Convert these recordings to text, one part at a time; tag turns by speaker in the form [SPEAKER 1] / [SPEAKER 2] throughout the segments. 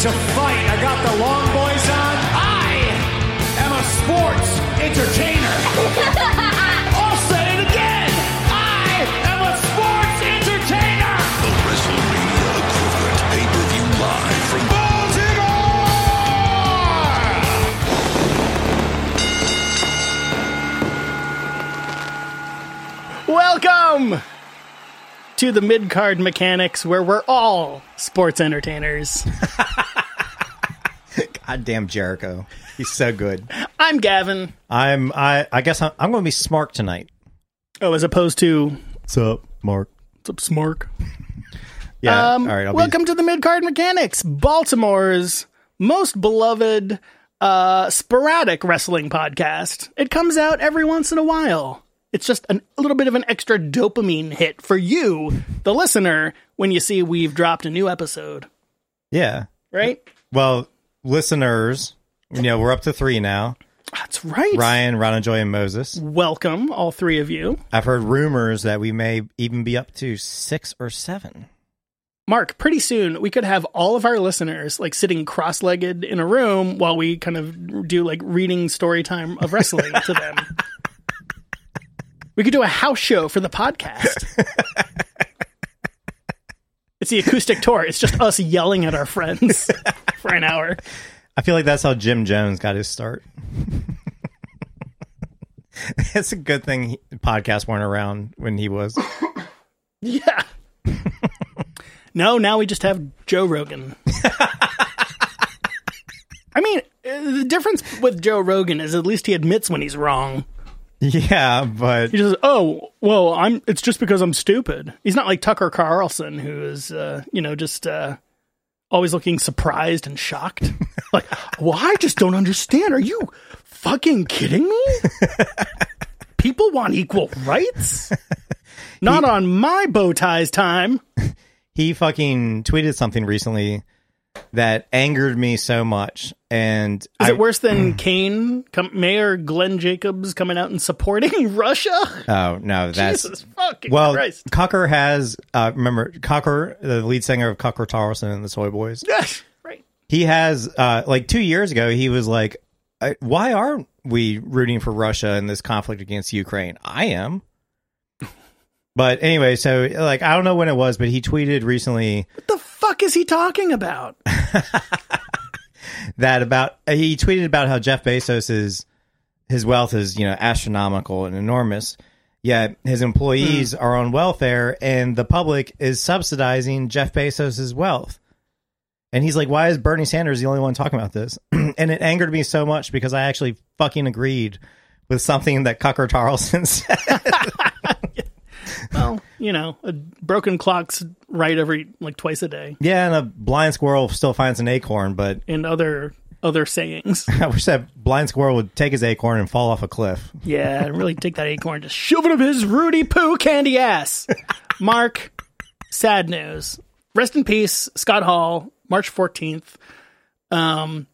[SPEAKER 1] to fight. I got the long boys on. I am a sports entertainer. All said it again. I am a sports entertainer.
[SPEAKER 2] The WrestleMania equivalent pay per view live from Baltimore!
[SPEAKER 3] Welcome to the mid card mechanics where we're all sports entertainers.
[SPEAKER 4] Goddamn Jericho. He's so good.
[SPEAKER 3] I'm Gavin.
[SPEAKER 4] I'm I I guess I'm, I'm going to be smart tonight.
[SPEAKER 3] Oh, as opposed to
[SPEAKER 4] What's up, Mark?
[SPEAKER 3] what's up, Smark.
[SPEAKER 4] Yeah.
[SPEAKER 3] Um,
[SPEAKER 4] all right. I'll
[SPEAKER 3] welcome to the mid card mechanics, Baltimore's most beloved uh, sporadic wrestling podcast. It comes out every once in a while. It's just an, a little bit of an extra dopamine hit for you, the listener, when you see we've dropped a new episode,
[SPEAKER 4] Be, yeah.
[SPEAKER 3] right?
[SPEAKER 4] Well, listeners, you know we're up to three now.
[SPEAKER 3] That's right.
[SPEAKER 4] Ryan, Ron and Joy, and Moses.
[SPEAKER 3] Welcome, all three of you.
[SPEAKER 4] I've heard rumors that we may even be up to six or seven.
[SPEAKER 3] Mark, pretty soon we could have all of our listeners like sitting cross legged in a room while we kind of do like reading story time of wrestling to them. We could do a house show for the podcast. it's the acoustic tour. It's just us yelling at our friends for an hour.
[SPEAKER 4] I feel like that's how Jim Jones got his start. it's a good thing he, podcasts weren't around when he was.
[SPEAKER 3] Yeah. no, now we just have Joe Rogan. I mean, uh, the difference with Joe Rogan is at least he admits when he's wrong.
[SPEAKER 4] yeah, but
[SPEAKER 3] He just says, "Oh, well, I'm. It's just because I'm stupid." He's not like Tucker Carlson, who is, uh, you know, just uh, always looking surprised and shocked. like, well, I just don't understand. Are you fucking kidding me? People want equal rights. Not on my bow ties time.
[SPEAKER 4] he fucking tweeted something recently that angered me so much and
[SPEAKER 3] Is
[SPEAKER 4] I,
[SPEAKER 3] it worse than Kane, com- Mayor Glenn Jacobs coming out and supporting Russia?
[SPEAKER 4] oh no that's
[SPEAKER 3] Jesus fucking
[SPEAKER 4] well
[SPEAKER 3] Christ.
[SPEAKER 4] Cocker has uh remember Cocker the lead singer of Cocker Tarleton and the Soy Boys
[SPEAKER 3] right.
[SPEAKER 4] he has uh like 2 years ago he was like I, why aren't we rooting for Russia in this conflict against Ukraine I am but anyway so like I don't know when it was but he tweeted recently
[SPEAKER 3] What the fuck is he talking about?
[SPEAKER 4] that about he tweeted about how Jeff Bezos is his wealth is you know astronomical and enormous. Yet his employees are on welfare, and the public is subsidizing Jeff Bezos's wealth. And he's like, "Why is Bernie Sanders the only one talking about this?" and it angered me so much because I actually fucking agreed with something that Cucker Tarleton said.
[SPEAKER 3] well, you know, a broken clock's right every like twice a day,
[SPEAKER 4] yeah, and a blind squirrel still finds an acorn, but
[SPEAKER 3] and other other sayings.
[SPEAKER 4] I wish that blind squirrel would take his acorn and fall off a cliff.
[SPEAKER 3] Yeah, and really take that acorn, just shove it up his Rudy Poo candy ass. Mark, sad news. Rest in peace, Scott Hall, March fourteenth. Um,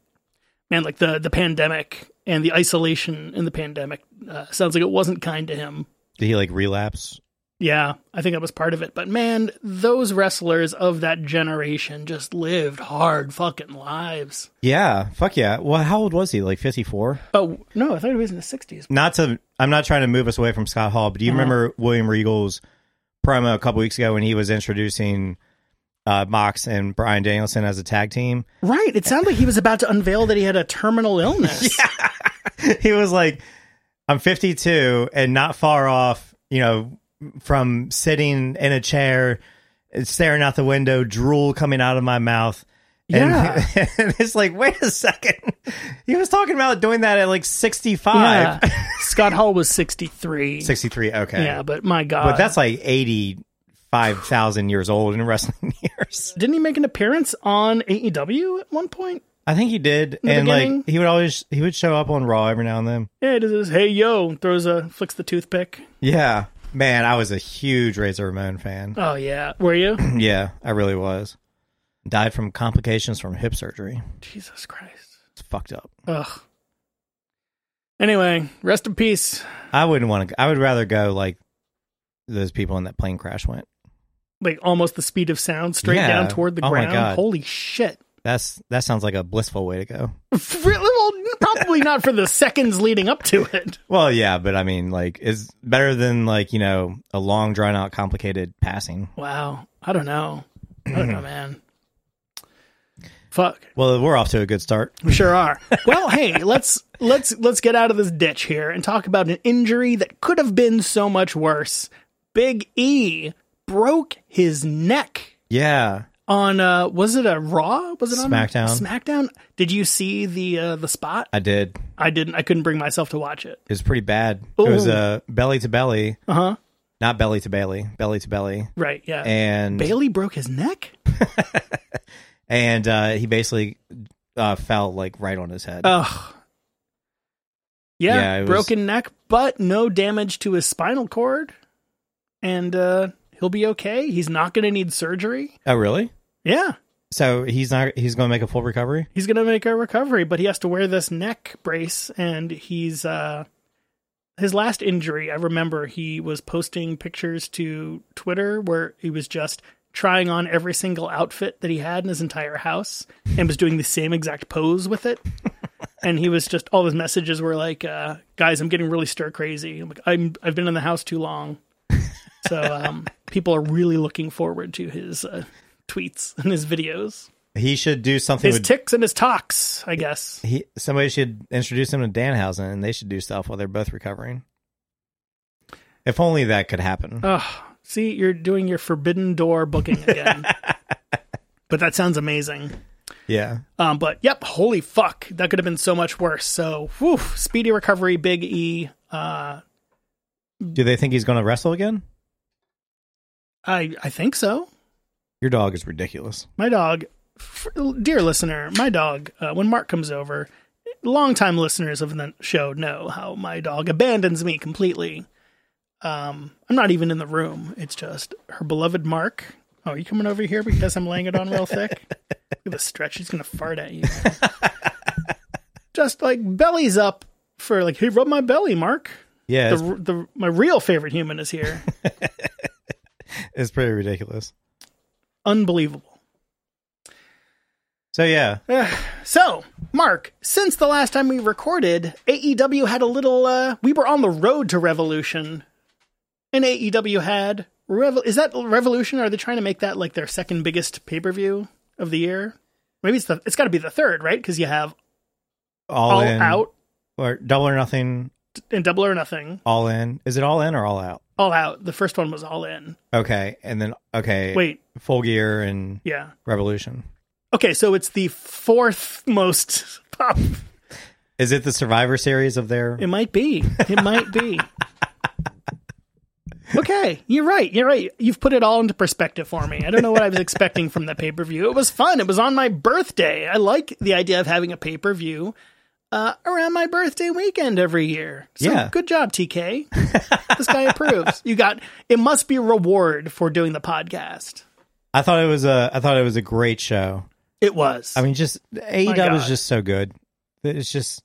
[SPEAKER 3] man, like the the pandemic and the isolation in the pandemic uh, sounds like it wasn't kind to him.
[SPEAKER 4] Did he like relapse?
[SPEAKER 3] Yeah, I think that was part of it. But man, those wrestlers of that generation just lived hard fucking lives.
[SPEAKER 4] Yeah, fuck yeah. Well, how old was he? Like 54?
[SPEAKER 3] Oh no, I thought it was in the sixties.
[SPEAKER 4] Not to, I'm not trying to move us away from Scott Hall, but do you remember William Regal's promo a couple weeks ago when he was introducing uh, Mox and Brian Danielson as a tag team?
[SPEAKER 3] Right. It sounded like he was about to unveil that he had a terminal illness.
[SPEAKER 4] he was like, I'm 52 and not far off, you know, from sitting in a chair, staring out the window, drool coming out of my mouth. And,
[SPEAKER 3] Yeah.
[SPEAKER 4] and it's like, wait a second. He was talking about doing that at like 65.
[SPEAKER 3] Yeah. Scott Hall was sixty three.
[SPEAKER 4] 63, okay.
[SPEAKER 3] Yeah, but my God.
[SPEAKER 4] But that's like 85,000 years old in wrestling years.
[SPEAKER 3] didn't he make an appearance on AEW at one point?
[SPEAKER 4] I think he did.
[SPEAKER 3] the
[SPEAKER 4] and
[SPEAKER 3] beginning?
[SPEAKER 4] like he would always he would show up on Raw every now and then.
[SPEAKER 3] Yeah, it is. Hey yo, throws a flicks the toothpick.
[SPEAKER 4] Yeah. Man, I was a huge Razor Ramon fan.
[SPEAKER 3] Oh yeah, were you?
[SPEAKER 4] yeah, I really was. Died from complications from hip surgery.
[SPEAKER 3] Jesus Christ.
[SPEAKER 4] It's fucked up.
[SPEAKER 3] Ugh. Anyway, rest in peace.
[SPEAKER 4] I wouldn't want to I would rather go like those people in that plane crash went.
[SPEAKER 3] like almost the speed of sound straight
[SPEAKER 4] Yeah.
[SPEAKER 3] down toward the
[SPEAKER 4] Oh my
[SPEAKER 3] ground.
[SPEAKER 4] God.
[SPEAKER 3] Holy shit.
[SPEAKER 4] That's that sounds like a blissful way to go.
[SPEAKER 3] Really? Well, probably not for the seconds leading up to it.
[SPEAKER 4] Well, yeah, but I mean, like, it's better than like you know a long, drawn out, complicated passing.
[SPEAKER 3] Wow. I don't know. I don't know, man. Fuck.
[SPEAKER 4] Well, we're off to a good start.
[SPEAKER 3] We sure are. Well, hey, let's let's let's get out of this ditch here and talk about an injury that could have been so much worse. Big E broke his neck
[SPEAKER 4] Yeah,
[SPEAKER 3] on uh was it a Raw? Was it on
[SPEAKER 4] SmackDown.
[SPEAKER 3] SmackDown? Did you see the uh the spot?
[SPEAKER 4] I did.
[SPEAKER 3] I didn't I couldn't bring myself to watch it.
[SPEAKER 4] It was pretty bad. It was
[SPEAKER 3] Ooh.
[SPEAKER 4] uh, belly to belly,
[SPEAKER 3] Uh-huh.
[SPEAKER 4] not belly to belly, belly to belly,
[SPEAKER 3] Right, yeah.
[SPEAKER 4] and
[SPEAKER 3] Bailey broke his neck?
[SPEAKER 4] and uh, he basically uh, fell like right on his head.
[SPEAKER 3] Ugh. Yeah,
[SPEAKER 4] Yeah, it was-
[SPEAKER 3] broken neck, but no damage to his spinal cord. And uh he'll be okay. He's not going to need surgery.
[SPEAKER 4] oh, really?
[SPEAKER 3] Yeah.
[SPEAKER 4] So he's not. He's going to make a full recovery.
[SPEAKER 3] He's going to make a recovery, but he has to wear this neck brace and he's uh his last injury, I remember he was posting pictures to Twitter where he was just trying on every single outfit that he had in his entire house and was doing the same exact pose with it. and he was just all his messages were like, uh, "Guys, I'm getting really stir crazy. I'm, like, I'm I've been in the house too long." So um, people are really looking forward to his uh, tweets and his videos,
[SPEAKER 4] He should do something.
[SPEAKER 3] his
[SPEAKER 4] With,
[SPEAKER 3] ticks and his talks, I guess.
[SPEAKER 4] he, somebody should introduce him to Danhausen, and they should do stuff while they're both recovering. If only that could happen.
[SPEAKER 3] Oh, see, you're doing your forbidden door booking again. but that sounds amazing.
[SPEAKER 4] yeah.
[SPEAKER 3] Um, but yep, holy fuck, that could have been so much worse. So, whew, speedy recovery, Big E. Uh,
[SPEAKER 4] Do they think he's going to wrestle again?
[SPEAKER 3] I I think so.
[SPEAKER 4] Your dog is ridiculous.
[SPEAKER 3] My dog, f- dear listener, my dog. Uh, when Mark comes over, longtime listeners of the show know how my dog abandons me completely. Um, I'm not even in the room. It's just her beloved Mark. Oh, are you coming over here because I'm laying it on real thick? Look at the stretch. He's gonna fart at you. just like bellies up for like, hey, rub my belly, Mark.
[SPEAKER 4] Yeah,
[SPEAKER 3] The,
[SPEAKER 4] it's,
[SPEAKER 3] the my real favorite human is here.
[SPEAKER 4] it's pretty ridiculous.
[SPEAKER 3] Unbelievable.
[SPEAKER 4] So yeah,
[SPEAKER 3] So, Mark, since the last time we recorded, AEW had a little. Uh, we were on the road to Revolution, and AEW had Revo- Is that Revolution? Are they trying to make that like their second biggest pay per view of the year? Maybe it's the. It's got to be the third, right? Because you have
[SPEAKER 4] all,
[SPEAKER 3] All
[SPEAKER 4] in
[SPEAKER 3] Out
[SPEAKER 4] or double or nothing.
[SPEAKER 3] and Double or Nothing.
[SPEAKER 4] All in. Is it all in or all out?
[SPEAKER 3] All Out. The first one was All In.
[SPEAKER 4] Okay, and then okay.
[SPEAKER 3] Wait,
[SPEAKER 4] full gear and
[SPEAKER 3] yeah.
[SPEAKER 4] revolution.
[SPEAKER 3] Okay, so it's the fourth most pop
[SPEAKER 4] Is it the Survivor Series of their?
[SPEAKER 3] It might be. It might be. Okay, you're right. You're right. You've put it all into perspective for me. I don't know what I was expecting from the pay per view. It was fun. It was on my birthday. I like the idea of having a pay per view uh, around my birthday weekend every year. So
[SPEAKER 4] Yeah.
[SPEAKER 3] good job, TK. this guy approves. You got. It must be a reward for doing the podcast.
[SPEAKER 4] I thought it was a. I thought it was a great show.
[SPEAKER 3] It was.
[SPEAKER 4] I mean, just AEW
[SPEAKER 3] God.
[SPEAKER 4] is just so good. It's just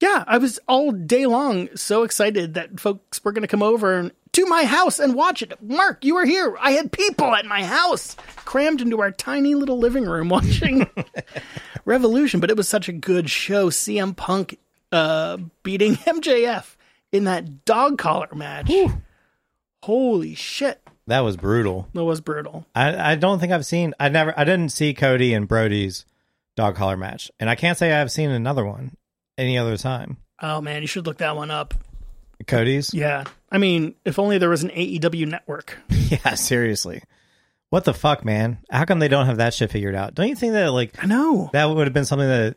[SPEAKER 3] Yeah, I was all day long so excited that folks were going to come over and, to my house and watch it. Mark, you were here. I had people at my house crammed into our tiny little living room watching Revolution, but it was such a good show. CM Punk uh, beating MJF in that dog collar match. Holy shit.
[SPEAKER 4] that was brutal.
[SPEAKER 3] That was brutal.
[SPEAKER 4] I, I don't think I've seen. I never. I didn't see Cody and Brody's dog collar match, and I can't say I've seen another one any other time.
[SPEAKER 3] Oh, man, you should look that one up.
[SPEAKER 4] Cody's.
[SPEAKER 3] Yeah. I mean, if only there was an AEW network.
[SPEAKER 4] Yeah, seriously. What the fuck, man? How come they don't have that shit figured out? Don't you think that like
[SPEAKER 3] I know.
[SPEAKER 4] that would have been something that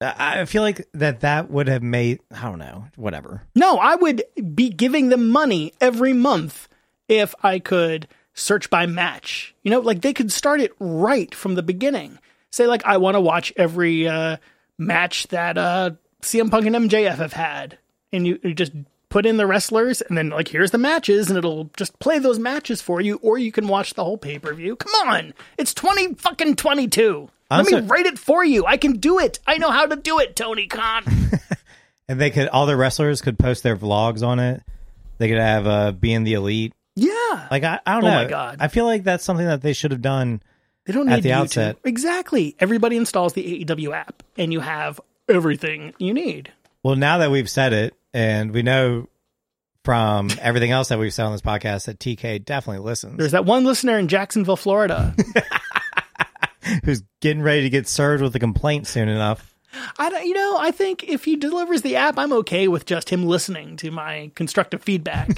[SPEAKER 4] I I feel like that that would have made I don't know, whatever.
[SPEAKER 3] No, I would be giving them money every month if I could search by match. You know, like they could start it right from the beginning. Say, like, I want to watch every uh, match that uh, CM Punk and MJF have had. And you, you just put in the wrestlers, and then, like, here's the matches, and it'll just play those matches for you, or you can watch the whole pay per view. Come on! It's 20 fucking 22. Let me
[SPEAKER 4] Also-
[SPEAKER 3] write it for you. I can do it. I know how to do it, Tony Khan.
[SPEAKER 4] And they could all the wrestlers could post their vlogs on it. They could have uh being the elite.
[SPEAKER 3] yeah.
[SPEAKER 4] Like I, I don't
[SPEAKER 3] Oh
[SPEAKER 4] know.
[SPEAKER 3] my God.
[SPEAKER 4] I feel like that's something that they should have done
[SPEAKER 3] They don't need
[SPEAKER 4] At the
[SPEAKER 3] YouTube.
[SPEAKER 4] outset.
[SPEAKER 3] Exactly. Everybody installs the AEW app, and you have everything you need.
[SPEAKER 4] Well, now that we've said it, and we know from everything else that we've said on this podcast that TK definitely listens,
[SPEAKER 3] There's that one listener in Jacksonville, Florida.
[SPEAKER 4] who's getting ready to get served with a complaint soon enough.
[SPEAKER 3] I don't, you know, I think if he delivers the app, I'm okay with just him listening to my constructive feedback.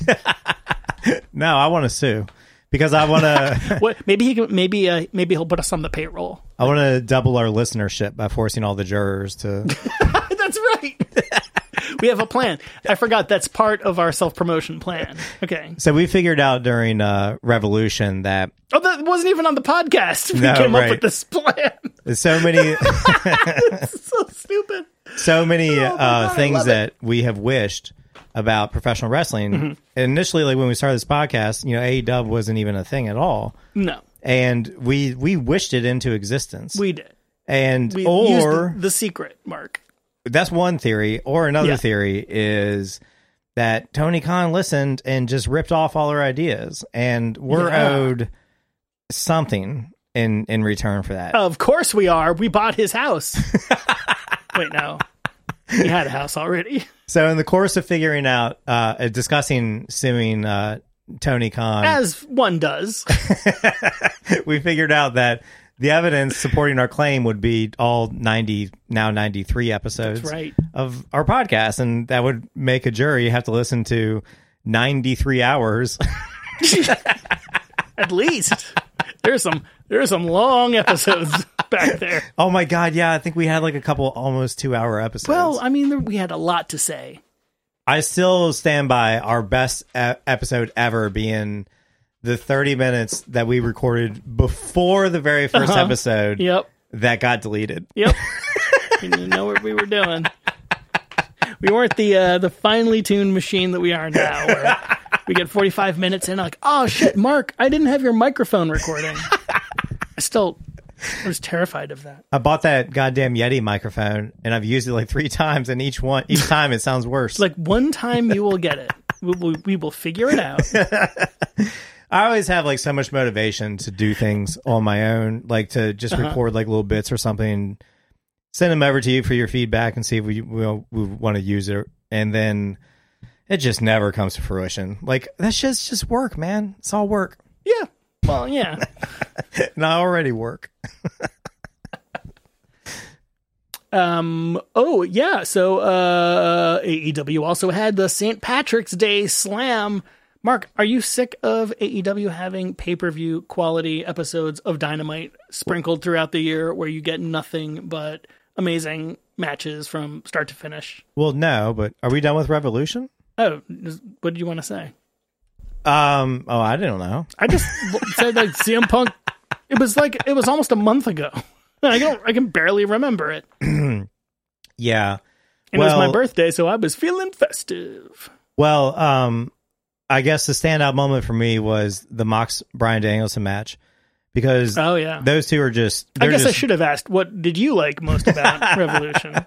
[SPEAKER 4] No, I want to sue because I want to.
[SPEAKER 3] what, maybe he can, maybe uh, maybe he'll put us on the payroll.
[SPEAKER 4] I want to double our listenership by forcing all the jurors to.
[SPEAKER 3] That's right. we have a plan. I forgot that's part of our self promotion plan. Okay.
[SPEAKER 4] So we figured out during uh, Revolution that
[SPEAKER 3] Oh, that wasn't even on the podcast. We
[SPEAKER 4] No,
[SPEAKER 3] came up
[SPEAKER 4] right.
[SPEAKER 3] with this plan.
[SPEAKER 4] there's so many,
[SPEAKER 3] so stupid.
[SPEAKER 4] so many
[SPEAKER 3] Oh my God, I
[SPEAKER 4] uh, things
[SPEAKER 3] love it.
[SPEAKER 4] that we have wished about professional wrestling.
[SPEAKER 3] Mm-hmm.
[SPEAKER 4] Initially, like when we started this podcast, you know, AEW wasn't even a thing at all.
[SPEAKER 3] No,
[SPEAKER 4] and we we wished it into existence.
[SPEAKER 3] we did.
[SPEAKER 4] and
[SPEAKER 3] We used
[SPEAKER 4] or
[SPEAKER 3] the, the secret, Mark.
[SPEAKER 4] that's one theory, or another
[SPEAKER 3] Yeah.
[SPEAKER 4] theory is that Tony Khan listened and just ripped off all our ideas, and we're
[SPEAKER 3] Yeah.
[SPEAKER 4] owed something in in return for that.
[SPEAKER 3] Of course we are. We bought his house. Wait, no. He had a house already.
[SPEAKER 4] So in the course of figuring out, uh, uh, discussing suing uh, Tony Khan,
[SPEAKER 3] As one does.
[SPEAKER 4] we figured out that. The evidence supporting our claim would be all 90, now 93 episodes.
[SPEAKER 3] right.
[SPEAKER 4] of our podcast, and that would make a jury have to listen to 93 hours.
[SPEAKER 3] At least. There's some there's some long episodes back there.
[SPEAKER 4] oh my god, yeah, I think we had like a couple almost two hour episodes.
[SPEAKER 3] Well, I mean, there- we had a lot to say.
[SPEAKER 4] I still stand by our best e- episode ever being the 30 minutes that we recorded before the very 1st
[SPEAKER 3] Uh-huh.
[SPEAKER 4] episode
[SPEAKER 3] Yep.
[SPEAKER 4] that got deleted.
[SPEAKER 3] Yep. we didn't know what we were doing. We weren't the uh, the finely tuned machine that we are now. Where we get 45 minutes in, like, oh shit, Mark, I didn't have your microphone recording. I still I was terrified of that.
[SPEAKER 4] I bought that goddamn Yeti microphone and I've used it like 3 times and each one each time it sounds worse.
[SPEAKER 3] Like one time you will get it. We, we, we will figure it out.
[SPEAKER 4] I always have like so much motivation to do things on my own, like to just record like little bits or something, send them over to you for your feedback and see if we will we want to use it, and then it just never comes to fruition. Like that shit's just work, man. It's all work,
[SPEAKER 3] Yeah. Well, yeah.
[SPEAKER 4] and I already work.
[SPEAKER 3] Um. Oh yeah. So uh, AEW also had the St. Patrick's Day Slam. Mark, are you sick of AEW having pay per view quality episodes of Dynamite sprinkled throughout the year, where you get nothing but amazing matches from start to finish?
[SPEAKER 4] Well, no, but are we done with Revolution?
[SPEAKER 3] Oh, is- what did you want to say?
[SPEAKER 4] Um. Oh, I don't know.
[SPEAKER 3] I just said like CM Punk. It was like it was almost a month ago. I don't. I can barely remember it.
[SPEAKER 4] Yeah.
[SPEAKER 3] And it was my
[SPEAKER 4] Well-
[SPEAKER 3] birthday, so I was feeling festive.
[SPEAKER 4] Well, um, I guess the standout moment for me was the Mox Brian Danielson match because
[SPEAKER 3] Oh yeah.
[SPEAKER 4] those two are just.
[SPEAKER 3] I
[SPEAKER 4] they're
[SPEAKER 3] guess I
[SPEAKER 4] just-
[SPEAKER 3] should have asked, what did you like most about Revolution?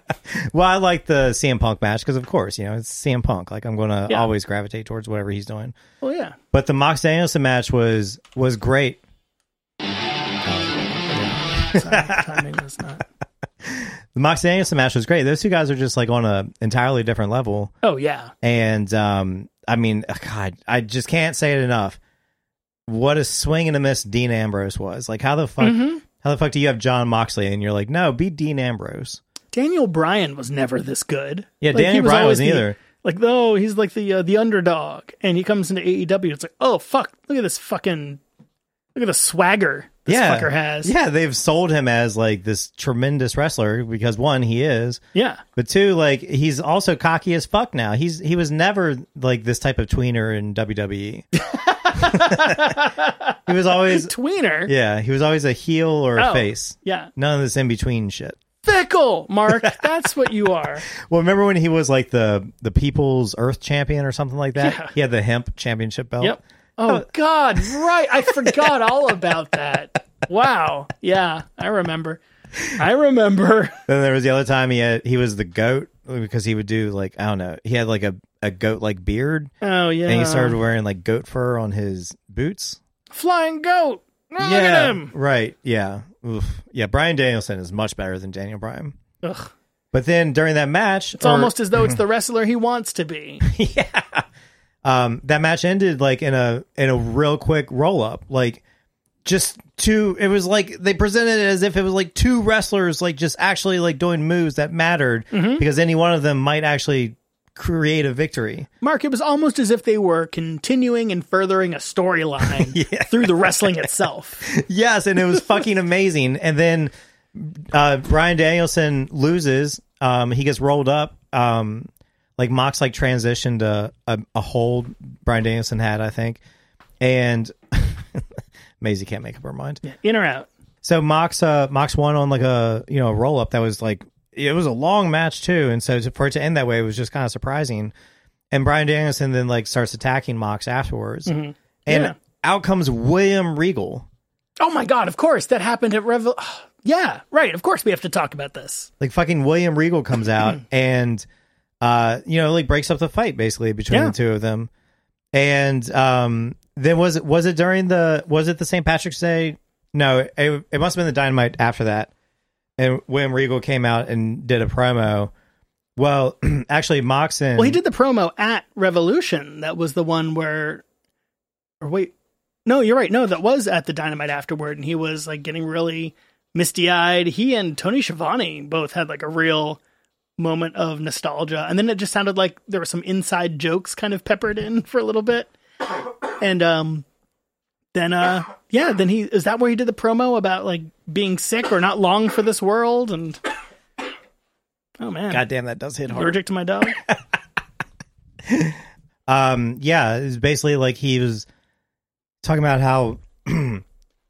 [SPEAKER 4] Well, I like the CM Punk match because, of course, you know it's CM Punk. Like I'm going to
[SPEAKER 3] Yeah.
[SPEAKER 4] always gravitate towards whatever he's doing.
[SPEAKER 3] Well, Oh, yeah.
[SPEAKER 4] But the Mox Danielson match was was great.
[SPEAKER 3] Timing was not.
[SPEAKER 4] The Mox Danielson match was great. Those two guys are just like on a entirely different level.
[SPEAKER 3] Oh, yeah.
[SPEAKER 4] And um, I mean, ugh, God, I just can't say it enough. What a swing and a miss Dean Ambrose was. Like how the fuck,
[SPEAKER 3] Mm-hmm.
[SPEAKER 4] how the fuck do you have John Moxley and you're like, no, be Dean Ambrose.
[SPEAKER 3] Daniel Bryan was never this good.
[SPEAKER 4] Yeah,
[SPEAKER 3] he
[SPEAKER 4] Daniel
[SPEAKER 3] was
[SPEAKER 4] Bryan
[SPEAKER 3] always
[SPEAKER 4] wasn't
[SPEAKER 3] the-
[SPEAKER 4] either.
[SPEAKER 3] Like, though, he's like the uh, the underdog, and he comes into AEW. It's like, oh, fuck. Look at this fucking. Look at the swagger this
[SPEAKER 4] yeah,
[SPEAKER 3] fucker has.
[SPEAKER 4] Yeah, they've sold him as like this tremendous wrestler because one, he is.
[SPEAKER 3] Yeah.
[SPEAKER 4] But two, like he's also cocky as fuck now. He's he was never like this type of tweener in WWE. he was always
[SPEAKER 3] Tweener.
[SPEAKER 4] yeah, he was always a heel or a
[SPEAKER 3] Oh,
[SPEAKER 4] face.
[SPEAKER 3] Yeah.
[SPEAKER 4] None of this in between shit.
[SPEAKER 3] Fickle, Mark. That's what you are.
[SPEAKER 4] Well, remember when he was like the the People's Earth Champion or something like that?
[SPEAKER 3] Yeah.
[SPEAKER 4] He had the hemp championship belt.
[SPEAKER 3] Yep. Oh, God, right. I forgot all about that. Wow. Yeah, I remember. I remember.
[SPEAKER 4] Then there was the other time he had he was the goat because he would do like I don't know. He had like a a goat like beard
[SPEAKER 3] Oh yeah.
[SPEAKER 4] and he started wearing like goat fur on his boots.
[SPEAKER 3] flying goat. Look
[SPEAKER 4] yeah,
[SPEAKER 3] at him.
[SPEAKER 4] right. Yeah, Oof. yeah. Brian Danielson is much better than Daniel Bryan.
[SPEAKER 3] Ugh.
[SPEAKER 4] But then during that match,
[SPEAKER 3] It's almost as though it's the wrestler he wants to be.
[SPEAKER 4] um, that match ended like in a in a real quick roll up, like just two. It was like they presented it as if it was like two wrestlers, like just actually like doing moves that mattered because any one of them might actually create a victory.
[SPEAKER 3] Mark, it was almost as if they were continuing and furthering a storyline through the wrestling itself.
[SPEAKER 4] Yes, and it was fucking amazing. And then uh Brian Danielson loses. Um he gets rolled up. Um like Mox like transitioned a a, a hold Brian Danielson had, I think. And Maisie can't make up her mind.
[SPEAKER 3] In or out?
[SPEAKER 4] So Mox uh Mox won on like a you know a roll up that was like it was a long match too. And so to, for it to end that way was just kind of surprising. And Brian Danielson then like starts attacking Mox afterwards. And
[SPEAKER 3] Yeah.
[SPEAKER 4] out comes William Regal.
[SPEAKER 3] Oh my God! Of course, that happened at Revel. Yeah, right. Of course, we have to talk about this.
[SPEAKER 4] like fucking William Regal comes out and uh you know like breaks up the fight basically between
[SPEAKER 3] Yeah.
[SPEAKER 4] the two of them and um then was it was it during the was it the St. Patrick's Day no it, it must have been the dynamite after that and William Regal came out and did a promo well actually Moxon
[SPEAKER 3] Well, he did the promo at Revolution. That was the one where, or wait, no, you're right. No, that was at the Dynamite afterward, and he was like getting really misty eyed. He and Tony Schiavone both had like a real moment of nostalgia, and then it just sounded like there were some inside jokes kind of peppered in for a little bit, and um, then uh, yeah, then he is that where he did the promo about like being sick or not long for this world and. Oh man!
[SPEAKER 4] God damn that does hit hard
[SPEAKER 3] Allergic to my dog.
[SPEAKER 4] um yeah it's basically like he was talking about how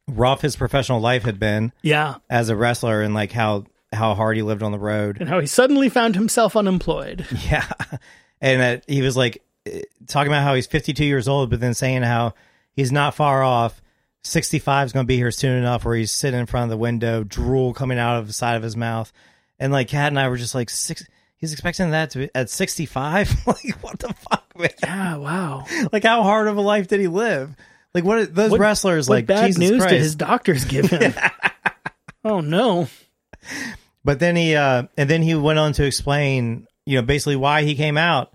[SPEAKER 4] rough his professional life had been
[SPEAKER 3] yeah.
[SPEAKER 4] as a wrestler and like how how hard he lived on the road.
[SPEAKER 3] and how he suddenly found himself unemployed.
[SPEAKER 4] Yeah, and that he was like eh, talking about how he's 52 years old, but then saying how he's not far off. 65 is going to be here soon enough, where he's sitting in front of the window, drool coming out of the side of his mouth, and like Kat and I were just like six. He's expecting that to be at 65. like what the fuck, man?
[SPEAKER 3] Yeah, wow.
[SPEAKER 4] Like how hard of a life did he live? Like what are- those wrestlers
[SPEAKER 3] what
[SPEAKER 4] like
[SPEAKER 3] bad
[SPEAKER 4] Jesus
[SPEAKER 3] news
[SPEAKER 4] Christ.
[SPEAKER 3] did his doctors give him? oh no.
[SPEAKER 4] But then he uh and then he went on to explain, you know, basically why he came out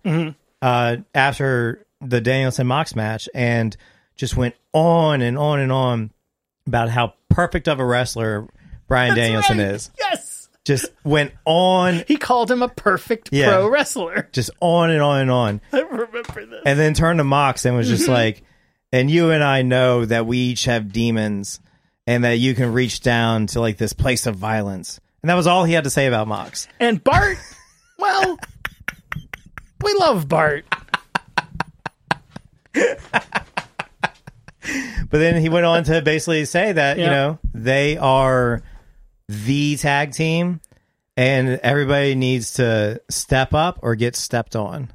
[SPEAKER 4] uh after the Danielson Mox match and just went on and on and on about how perfect of a wrestler Brian Danielson
[SPEAKER 3] Right.
[SPEAKER 4] is.
[SPEAKER 3] Yes.
[SPEAKER 4] Just went on
[SPEAKER 3] He called him a perfect
[SPEAKER 4] Yeah.
[SPEAKER 3] pro wrestler.
[SPEAKER 4] just on and on and on.
[SPEAKER 3] I remember this.
[SPEAKER 4] And then turned to Mox and was just like, and you and I know that we each have demons and that you can reach down to like this place of violence. And that was all he had to say about Mox.
[SPEAKER 3] And Bart, well, we love Bart.
[SPEAKER 4] But then he went on to basically say that, you
[SPEAKER 3] Yeah.
[SPEAKER 4] know, they are the tag team and everybody needs to step up or get stepped on.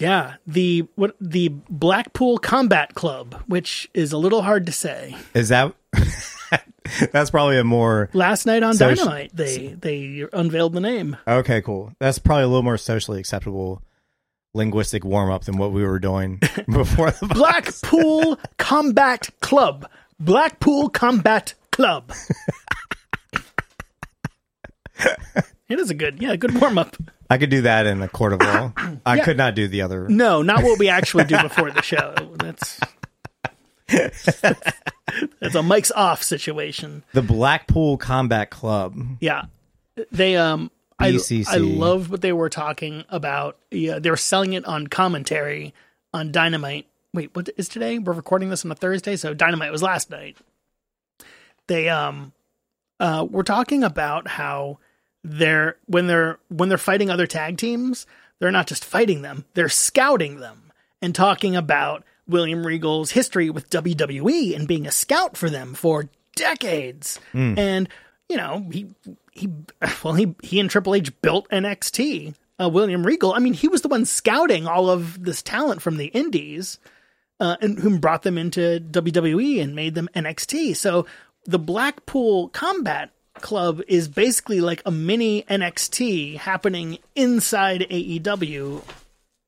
[SPEAKER 3] Yeah, the what the Blackpool Combat Club, which is a little hard to say.
[SPEAKER 4] Is that That's probably a more
[SPEAKER 3] Last night on
[SPEAKER 4] So sh-
[SPEAKER 3] Dynamite, they they unveiled the name.
[SPEAKER 4] Okay, cool. That's probably a little more socially acceptable linguistic warm up than what we were doing before the
[SPEAKER 3] Blackpool Combat Club. Blackpool Combat Club. it is a good, yeah, good warm up.
[SPEAKER 4] I could do that in a court of law. I could not do the other.
[SPEAKER 3] No, not what we actually do before the show. That's that's a mic's off situation.
[SPEAKER 4] The Blackpool Combat Club.
[SPEAKER 3] Yeah, they um, I
[SPEAKER 4] BCC.
[SPEAKER 3] I loved what they were talking about. Yeah, they were selling it on commentary on Dynamite. Wait, what is today? We're recording this on a Thursday, so Dynamite was last night. They um, uh, were talking about how they're when they're when they're fighting other tag teams, they're not just fighting them; they're scouting them and talking about William Regal's history with WWE and being a scout for them for decades. And you know, he he well he he and Triple H built NXT. Uh, William Regal, I mean, he was the one scouting all of this talent from the Indies uh, and whom brought them into WWE and made them NXT. So the Blackpool Combat Club is basically like a mini NXT happening inside AEW,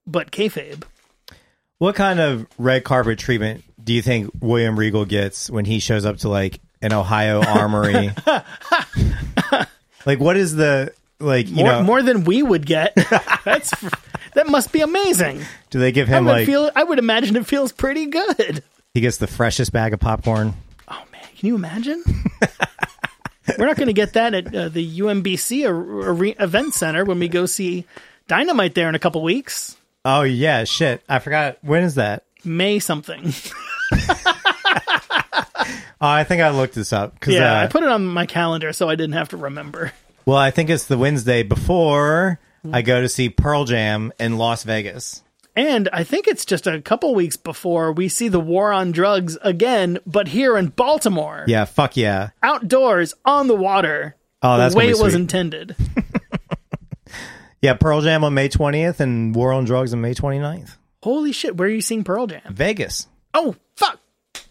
[SPEAKER 3] but kayfabe.
[SPEAKER 4] What kind of red carpet treatment do you think William Regal gets when he shows up to like an Ohio armory? like, what is the like? You
[SPEAKER 3] more,
[SPEAKER 4] know,
[SPEAKER 3] more than we would get. That's that must be amazing.
[SPEAKER 4] do they give
[SPEAKER 3] I
[SPEAKER 4] him
[SPEAKER 3] would
[SPEAKER 4] like
[SPEAKER 3] feel. I would imagine it feels pretty good.
[SPEAKER 4] he gets the freshest bag of popcorn?
[SPEAKER 3] Oh man, can you imagine? We're not going to get that at uh, the UMBC ar- are- event center when we go see Dynamite there in a couple weeks.
[SPEAKER 4] Oh yeah, shit! I forgot. When is that?
[SPEAKER 3] May something.
[SPEAKER 4] Oh, I think I looked this up. 'cause,
[SPEAKER 3] Yeah, I
[SPEAKER 4] uh,
[SPEAKER 3] put it on my calendar so I didn't have to remember.
[SPEAKER 4] well, I think it's the Wednesday before
[SPEAKER 3] Mm-hmm.
[SPEAKER 4] I go to see Pearl Jam in Las Vegas.
[SPEAKER 3] And I think it's just a couple weeks before we see the war on drugs again, but here in Baltimore,
[SPEAKER 4] Yeah, fuck yeah.
[SPEAKER 3] outdoors on the water.
[SPEAKER 4] Oh, that's
[SPEAKER 3] the way
[SPEAKER 4] gonna
[SPEAKER 3] it
[SPEAKER 4] be
[SPEAKER 3] was
[SPEAKER 4] sweet.
[SPEAKER 3] intended.
[SPEAKER 4] Yeah, Pearl Jam on May 20th and War on Drugs on May 29th.
[SPEAKER 3] Holy shit, where are you seeing Pearl Jam?
[SPEAKER 4] Vegas.
[SPEAKER 3] Oh, fuck.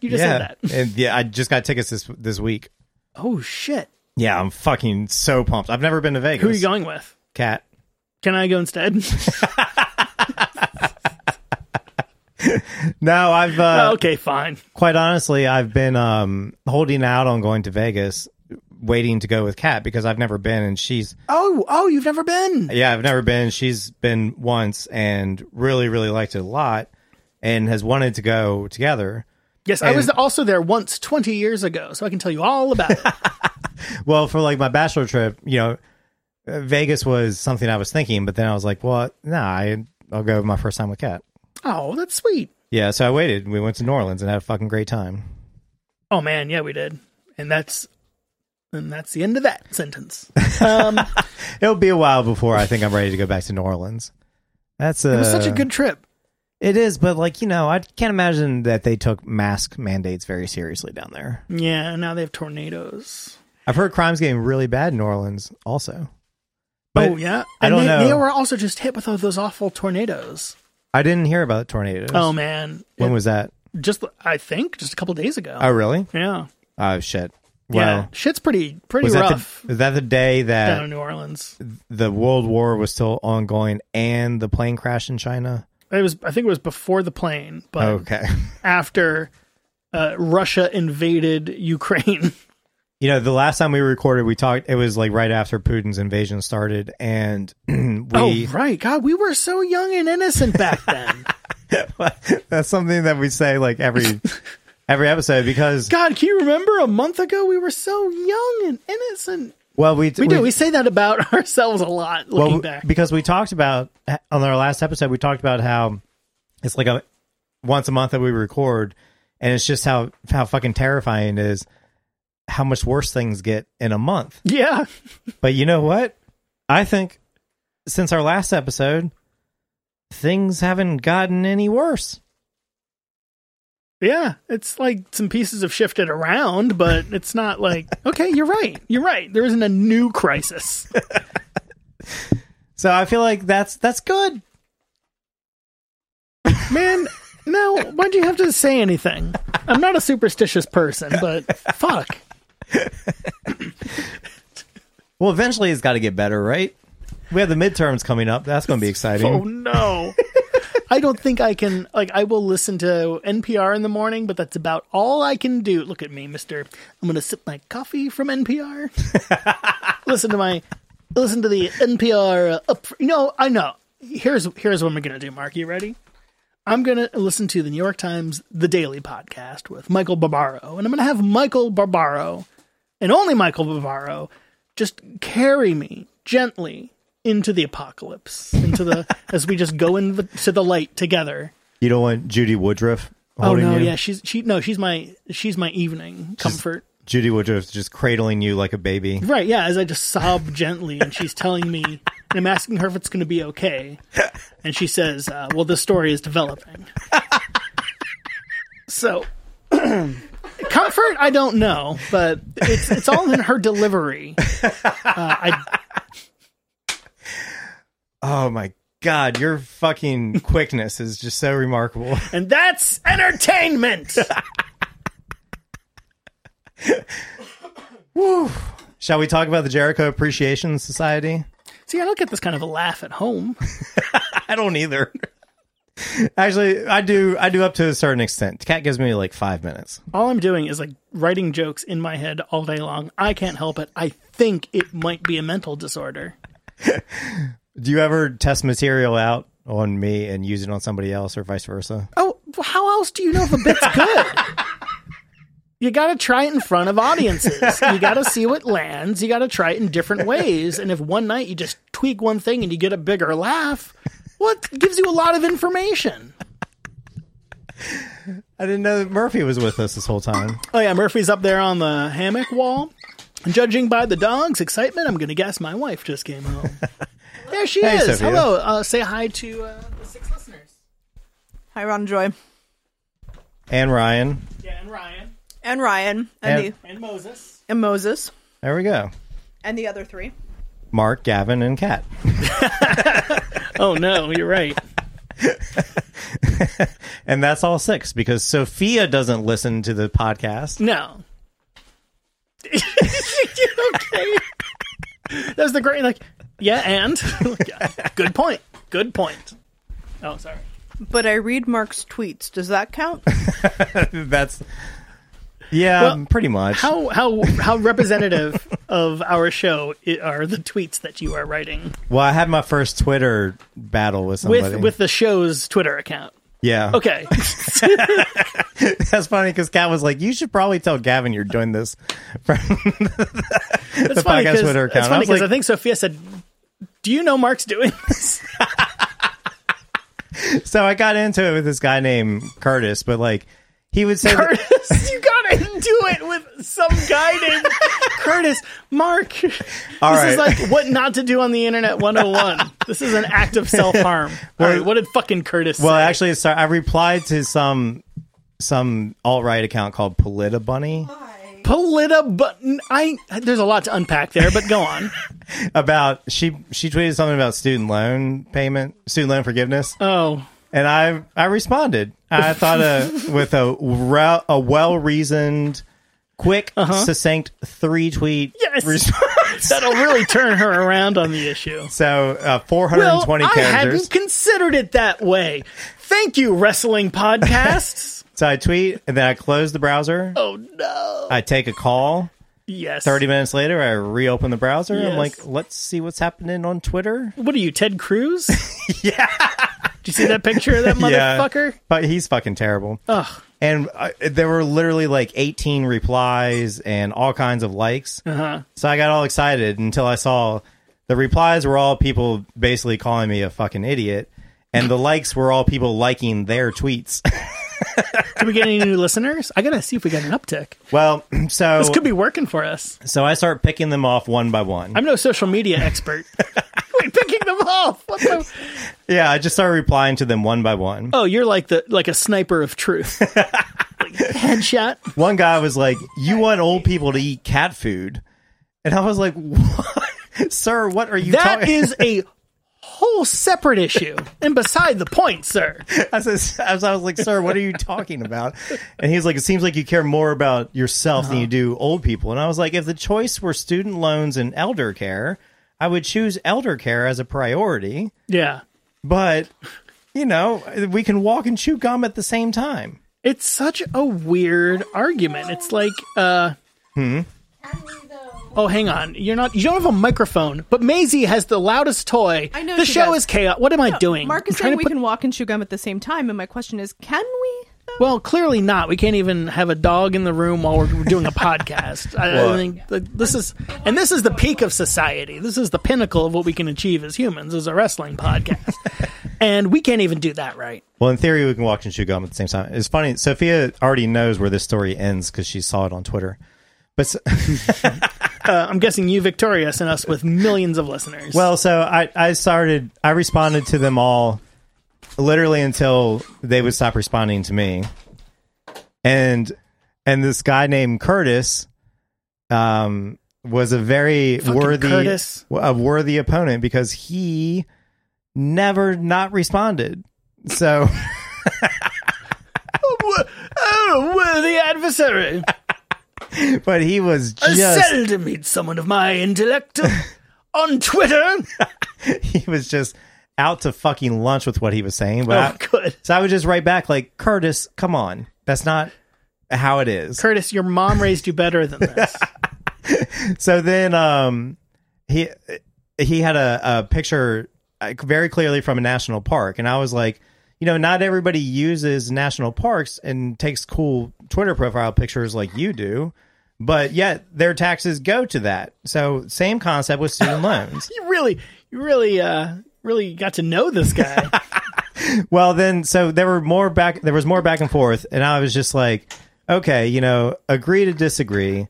[SPEAKER 3] You just
[SPEAKER 4] yeah.
[SPEAKER 3] said that.
[SPEAKER 4] And yeah, I just got tickets this this week.
[SPEAKER 3] Oh, shit.
[SPEAKER 4] Yeah, I'm fucking so pumped. I've never been to Vegas.
[SPEAKER 3] Who are you going with?
[SPEAKER 4] Cat.
[SPEAKER 3] Can I go instead?
[SPEAKER 4] No, I've uh,
[SPEAKER 3] okay, fine.
[SPEAKER 4] quite honestly, I've been um holding out on going to Vegas, waiting to go with Cat because I've never been and she's
[SPEAKER 3] Oh, oh, you've never been.
[SPEAKER 4] Yeah, I've never been. She's been once and really, really liked it a lot and has wanted to go together.
[SPEAKER 3] Yes, I was also there once 20 years ago, so I can tell you all about it.
[SPEAKER 4] Well, for like my bachelor trip, you know, uh, Vegas was something I was thinking, but then I was like, well, nah, I, I'll go my first time with Kat.
[SPEAKER 3] oh, that's sweet.
[SPEAKER 4] Yeah, so I waited. We went to New Orleans and had a fucking great time.
[SPEAKER 3] Oh man, yeah, we did, and that's and that's the end of that sentence. Um,
[SPEAKER 4] It'll be a while before I think I'm ready to go back to New Orleans. That's a,
[SPEAKER 3] It was such a good trip.
[SPEAKER 4] It is, but like you know, I can't imagine that they took mask mandates very seriously down there.
[SPEAKER 3] Yeah, now they have tornadoes.
[SPEAKER 4] I've heard crimes getting really bad in New Orleans, also.
[SPEAKER 3] oh yeah,
[SPEAKER 4] I
[SPEAKER 3] And
[SPEAKER 4] don't
[SPEAKER 3] they,
[SPEAKER 4] know.
[SPEAKER 3] They were also just hit with all those awful tornadoes.
[SPEAKER 4] I didn't hear about tornadoes.
[SPEAKER 3] Oh man,
[SPEAKER 4] when
[SPEAKER 3] It-
[SPEAKER 4] was that?
[SPEAKER 3] just I think just a couple days ago.
[SPEAKER 4] Oh, really?
[SPEAKER 3] yeah,
[SPEAKER 4] Oh shit!
[SPEAKER 3] yeah,
[SPEAKER 4] Wow.
[SPEAKER 3] shit's pretty pretty
[SPEAKER 4] was that
[SPEAKER 3] rough
[SPEAKER 4] the, was that the day
[SPEAKER 3] down in
[SPEAKER 4] that
[SPEAKER 3] New Orleans.
[SPEAKER 4] the World War was still ongoing and the plane crash in China?
[SPEAKER 3] It was I think it was before the plane, but
[SPEAKER 4] Okay.
[SPEAKER 3] after uh, Russia invaded Ukraine.
[SPEAKER 4] You know, the last time we recorded, we talked. It was like right after Putin's invasion started, and we.
[SPEAKER 3] oh right, God, we were so young and innocent back then.
[SPEAKER 4] That's something that we say like every every episode because
[SPEAKER 3] God, can you remember a month ago we were so young and innocent?
[SPEAKER 4] well we
[SPEAKER 3] We, do. We say that about ourselves a lot looking
[SPEAKER 4] well,
[SPEAKER 3] back.
[SPEAKER 4] because we talked about on our last episode we talked about how it's like a once a month that we record and it's just how how fucking terrifying it is how much worse things get in a month
[SPEAKER 3] yeah.
[SPEAKER 4] but you know what i think since our last episode things haven't gotten any worse
[SPEAKER 3] Yeah. It's like some pieces have shifted around, but it's not like, okay, you're right. You're right. There isn't a new crisis.
[SPEAKER 4] so i feel like that's that's good
[SPEAKER 3] Man, no, why'd you have to say anything? I'm not a superstitious person, but fuck.
[SPEAKER 4] well eventually it's got to get better right we have the midterms coming up that's going to be exciting
[SPEAKER 3] Oh, no. I don't think I can. Like, I will listen to NPR in the morning, but that's about all I can do. Look at me, Mister. I'm going to sip my coffee from NPR. listen to my, listen to the NPR. Uh, up, you know, I know. Here's here's what we're going to do, Mark. You ready? I'm going to listen to the New York Times The Daily podcast with Michael Barbaro, and I'm going to have Michael Barbaro, and only Michael Barbaro, just carry me gently into the apocalypse, into the as we just go into the, to the light together.
[SPEAKER 4] you don't want judy woodruff
[SPEAKER 3] Oh
[SPEAKER 4] holding
[SPEAKER 3] no,
[SPEAKER 4] you
[SPEAKER 3] yeah, she's she no, she's my she's my evening comfort.
[SPEAKER 4] Judy Woodruff just cradling you like a baby.
[SPEAKER 3] Right, yeah, as I just sob gently and she's telling me and I'm asking her if it's gonna be okay. And she says, uh, well the story is developing. So comfort I don't know, but it's it's all in her delivery. Uh, I
[SPEAKER 4] Oh my god, your fucking quickness is just so remarkable.
[SPEAKER 3] and that's entertainment.
[SPEAKER 4] Shall we talk about the Jericho Appreciation Society?
[SPEAKER 3] See, I don't get this kind of a laugh at home.
[SPEAKER 4] I don't either. Actually, I do. I do up to a certain extent. Cat gives me like five minutes.
[SPEAKER 3] All I'm doing is like writing jokes in my head all day long. I can't help it. I think it might be a mental disorder.
[SPEAKER 4] Do you ever test material out on me and use it on somebody else, or vice versa?
[SPEAKER 3] Oh, how else do you know if a bit's good? you got to try it in front of audiences. You got to see what lands. You got to try it in different ways. And if one night you just tweak one thing and you get a bigger laugh, well, it gives you a lot of information.
[SPEAKER 4] I didn't know that Murphy was with us this whole time.
[SPEAKER 3] Oh, yeah, Murphy's up there on the hammock wall. And judging by the dog's excitement, I'm going to guess my wife just came home. there she
[SPEAKER 4] Hey,
[SPEAKER 3] is.
[SPEAKER 4] Sophia.
[SPEAKER 3] Hello. Uh, say hi to uh, the six listeners.
[SPEAKER 5] Hi, Ron Joy.
[SPEAKER 4] And Ryan.
[SPEAKER 3] Yeah, and Ryan.
[SPEAKER 5] And Ryan. And,
[SPEAKER 4] And-
[SPEAKER 5] the,
[SPEAKER 3] And Moses.
[SPEAKER 5] and Moses.
[SPEAKER 4] There we go.
[SPEAKER 5] And the other three.
[SPEAKER 4] Mark, Gavin, and Cat.
[SPEAKER 3] Oh, no, you're right.
[SPEAKER 4] And that's all six because Sophia doesn't listen to the podcast.
[SPEAKER 3] No. okay. That's the great like yeah and good point. Good point. Oh sorry.
[SPEAKER 5] But I read Mark's tweets. Does that count?
[SPEAKER 4] That's yeah,
[SPEAKER 3] Well,
[SPEAKER 4] pretty much.
[SPEAKER 3] How how how representative of our show i- are the tweets that you are writing
[SPEAKER 4] well, I had my first Twitter battle with
[SPEAKER 3] with
[SPEAKER 4] somebody.
[SPEAKER 3] with the show's Twitter account?
[SPEAKER 4] yeah,
[SPEAKER 3] Okay.
[SPEAKER 4] that's funny because Cat was like, "You should probably tell Gavin you're doing this."
[SPEAKER 3] That's
[SPEAKER 4] podcast Twitter account.
[SPEAKER 3] That's
[SPEAKER 4] I
[SPEAKER 3] funny
[SPEAKER 4] was
[SPEAKER 3] because I,
[SPEAKER 4] like-
[SPEAKER 3] think Sophia said, "Do you know Mark's doing this?"
[SPEAKER 4] So I got into it with this guy named Curtis, but like he would say, that-
[SPEAKER 3] Curtis, you gotta do it with some guy named Curtis. Mark,
[SPEAKER 4] All
[SPEAKER 3] this is
[SPEAKER 4] right.
[SPEAKER 3] like what not to do on the internet 101. this is an act of self harm. All right, what did fucking Curtis
[SPEAKER 4] "Well,
[SPEAKER 3] say?
[SPEAKER 4] actually, sorry, I replied to some some alt right account called Politabunny."
[SPEAKER 3] Polita, but I there's a lot to unpack there, but go on.
[SPEAKER 4] about she she tweeted something about student loan payment, student loan forgiveness,
[SPEAKER 3] Oh,
[SPEAKER 4] and I I responded. I thought uh with a re- a well reasoned, quick, succinct three tweet
[SPEAKER 3] Uh-huh. Yes.
[SPEAKER 4] response.
[SPEAKER 3] that'll really turn her around on the issue.
[SPEAKER 4] So uh, four hundred and
[SPEAKER 3] Well,
[SPEAKER 4] twenty
[SPEAKER 3] I
[SPEAKER 4] characters.
[SPEAKER 3] hadn't considered it that way. Thank you, wrestling podcasts.
[SPEAKER 4] so I tweet and then I close the browser.
[SPEAKER 3] oh no.
[SPEAKER 4] I take a call.
[SPEAKER 3] Yes.
[SPEAKER 4] Thirty minutes later, I reopen the browser. I'm
[SPEAKER 3] Yes.
[SPEAKER 4] like, let's see what's happening on Twitter.
[SPEAKER 3] What are you, Ted Cruz? yeah. Do you see that picture of that
[SPEAKER 4] Yeah.
[SPEAKER 3] motherfucker?
[SPEAKER 4] But he's fucking terrible.
[SPEAKER 3] Ugh.
[SPEAKER 4] and uh, there were literally like 18 replies and all kinds of likes. Uh-huh. So I got all excited until I saw the replies were all people basically calling me a fucking idiot, and the likes were all people liking their tweets.
[SPEAKER 3] Did we get any new listeners? I gotta see if we got an uptick.
[SPEAKER 4] well, so
[SPEAKER 3] This could be working for us.
[SPEAKER 4] so I start picking them off one by one.
[SPEAKER 3] I'm no social media expert. Wait, picking them off. What the?
[SPEAKER 4] yeah, I just started replying to them one by one.
[SPEAKER 3] Oh, you're like the like a sniper of truth. Like, headshot.
[SPEAKER 4] One guy was like, "You want old people to eat cat food," and I was like, "What, sir? What are you?"
[SPEAKER 3] That
[SPEAKER 4] talking-"
[SPEAKER 3] is a whole separate issue and beside the point, sir.
[SPEAKER 4] I was, I was, I was like, sir, what are you talking about? And he's like, it seems like you care more about yourself than you do old people. And I was like, if the choice were student loans and elder care, I would choose elder care as a priority.
[SPEAKER 3] Yeah.
[SPEAKER 4] But, you know, we can walk and chew gum at the same time.
[SPEAKER 3] It's such a weird argument. It's like, uh, oh, hang on, you're not, you don't have a microphone, but Maisie has the loudest toy.
[SPEAKER 5] I know
[SPEAKER 3] the
[SPEAKER 5] she
[SPEAKER 3] show
[SPEAKER 5] does.
[SPEAKER 3] is chaos. What am I doing?
[SPEAKER 5] Mark
[SPEAKER 3] I'm
[SPEAKER 5] is
[SPEAKER 3] trying
[SPEAKER 5] saying
[SPEAKER 3] to
[SPEAKER 5] we
[SPEAKER 3] put-
[SPEAKER 5] can walk and chew gum at the same time, and my question is, can we?
[SPEAKER 3] Well, clearly not. We can't even have a dog in the room while we're doing a podcast. I, I
[SPEAKER 4] Well-
[SPEAKER 3] think th- this is, and this is the peak of society. This is the pinnacle of what we can achieve as humans, as a wrestling podcast, and we can't even do that right.
[SPEAKER 4] Well, in theory, we can walk and chew gum at the same time. It's funny. Sophia already knows where this story ends because she saw it on Twitter. But s-
[SPEAKER 3] I'm guessing you, Victorious, and us with millions of listeners.
[SPEAKER 4] Well, Oh, so I, I started, I responded to them all literally until they would stop responding to me. And, and this guy named Curtis, um, was a very worthy,
[SPEAKER 3] Curtis.
[SPEAKER 4] a worthy opponent because he never not responded. So
[SPEAKER 3] oh, worthy adversary.
[SPEAKER 4] but he was
[SPEAKER 3] I
[SPEAKER 4] just,
[SPEAKER 3] seldom meet someone of my intellect on Twitter.
[SPEAKER 4] he was just out to fucking lunch with what he was saying.
[SPEAKER 3] Oh,
[SPEAKER 4] But I-
[SPEAKER 3] good.
[SPEAKER 4] so I would just write back like, Curtis, come on, that's not how it is.
[SPEAKER 3] Curtis, your mom raised you better than this.
[SPEAKER 4] so then um he he had a, a picture uh, very clearly from a national park and i was like you know not everybody uses national parks and takes cool twitter profile pictures like you do but yet their taxes go to that so same concept with student loans
[SPEAKER 3] you really, you really, uh, really got to know this guy. Oh,
[SPEAKER 4] well then so there were more back there was more back and forth and i was just like okay you know agree to disagree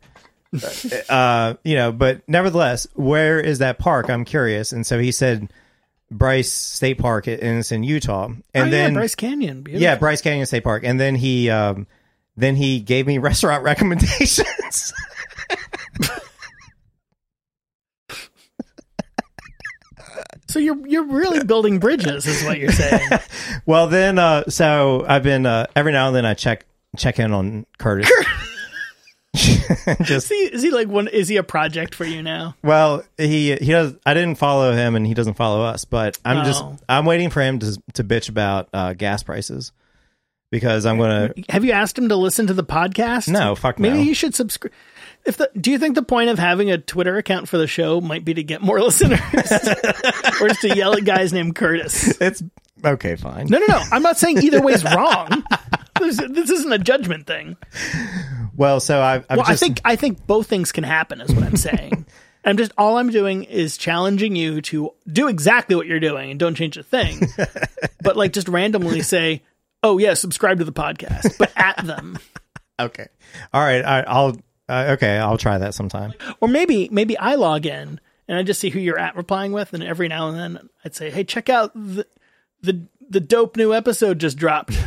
[SPEAKER 4] uh you know but nevertheless where is that park i'm curious and so he said bryce state park in it's in utah and
[SPEAKER 3] oh,
[SPEAKER 4] then
[SPEAKER 3] yeah, Bryce Canyon. Beautiful.
[SPEAKER 4] yeah bryce canyon state park and then he um then he gave me restaurant recommendations
[SPEAKER 3] So you're you're really building bridges, is what you're saying.
[SPEAKER 4] well then uh so i've been uh every now and then i check check in on curtis
[SPEAKER 3] is he is he like one? Is he a project for you now?
[SPEAKER 4] Well, he he does. I didn't follow him, and he doesn't follow us. But I'm just
[SPEAKER 3] Oh.
[SPEAKER 4] I'm waiting for him to to bitch about uh, gas prices because I'm gonna.
[SPEAKER 3] Have you asked him to listen to the podcast?
[SPEAKER 4] No, fuck
[SPEAKER 3] Maybe
[SPEAKER 4] no.
[SPEAKER 3] you should subscribe. If the, do you think the point of having a Twitter account for the show might be to get more listeners, or just to yell at guys named Curtis?
[SPEAKER 4] It's okay, fine.
[SPEAKER 3] No, no, no. I'm not saying either way is wrong. This, this isn't a judgment thing.
[SPEAKER 4] Well, so I I'm
[SPEAKER 3] Well,
[SPEAKER 4] just,
[SPEAKER 3] I think I think both things can happen, is what I'm saying. I'm just all I'm doing is challenging you to do exactly what you're doing and don't change a thing, but like just randomly say, "Oh yeah, subscribe to the podcast," but at them.
[SPEAKER 4] okay. All right, I, I'll uh, okay, I'll try that sometime.
[SPEAKER 3] Or maybe maybe I log in and I just see who you're at replying with, and every now and then I'd say, "Hey, check out the the the dope new episode just dropped."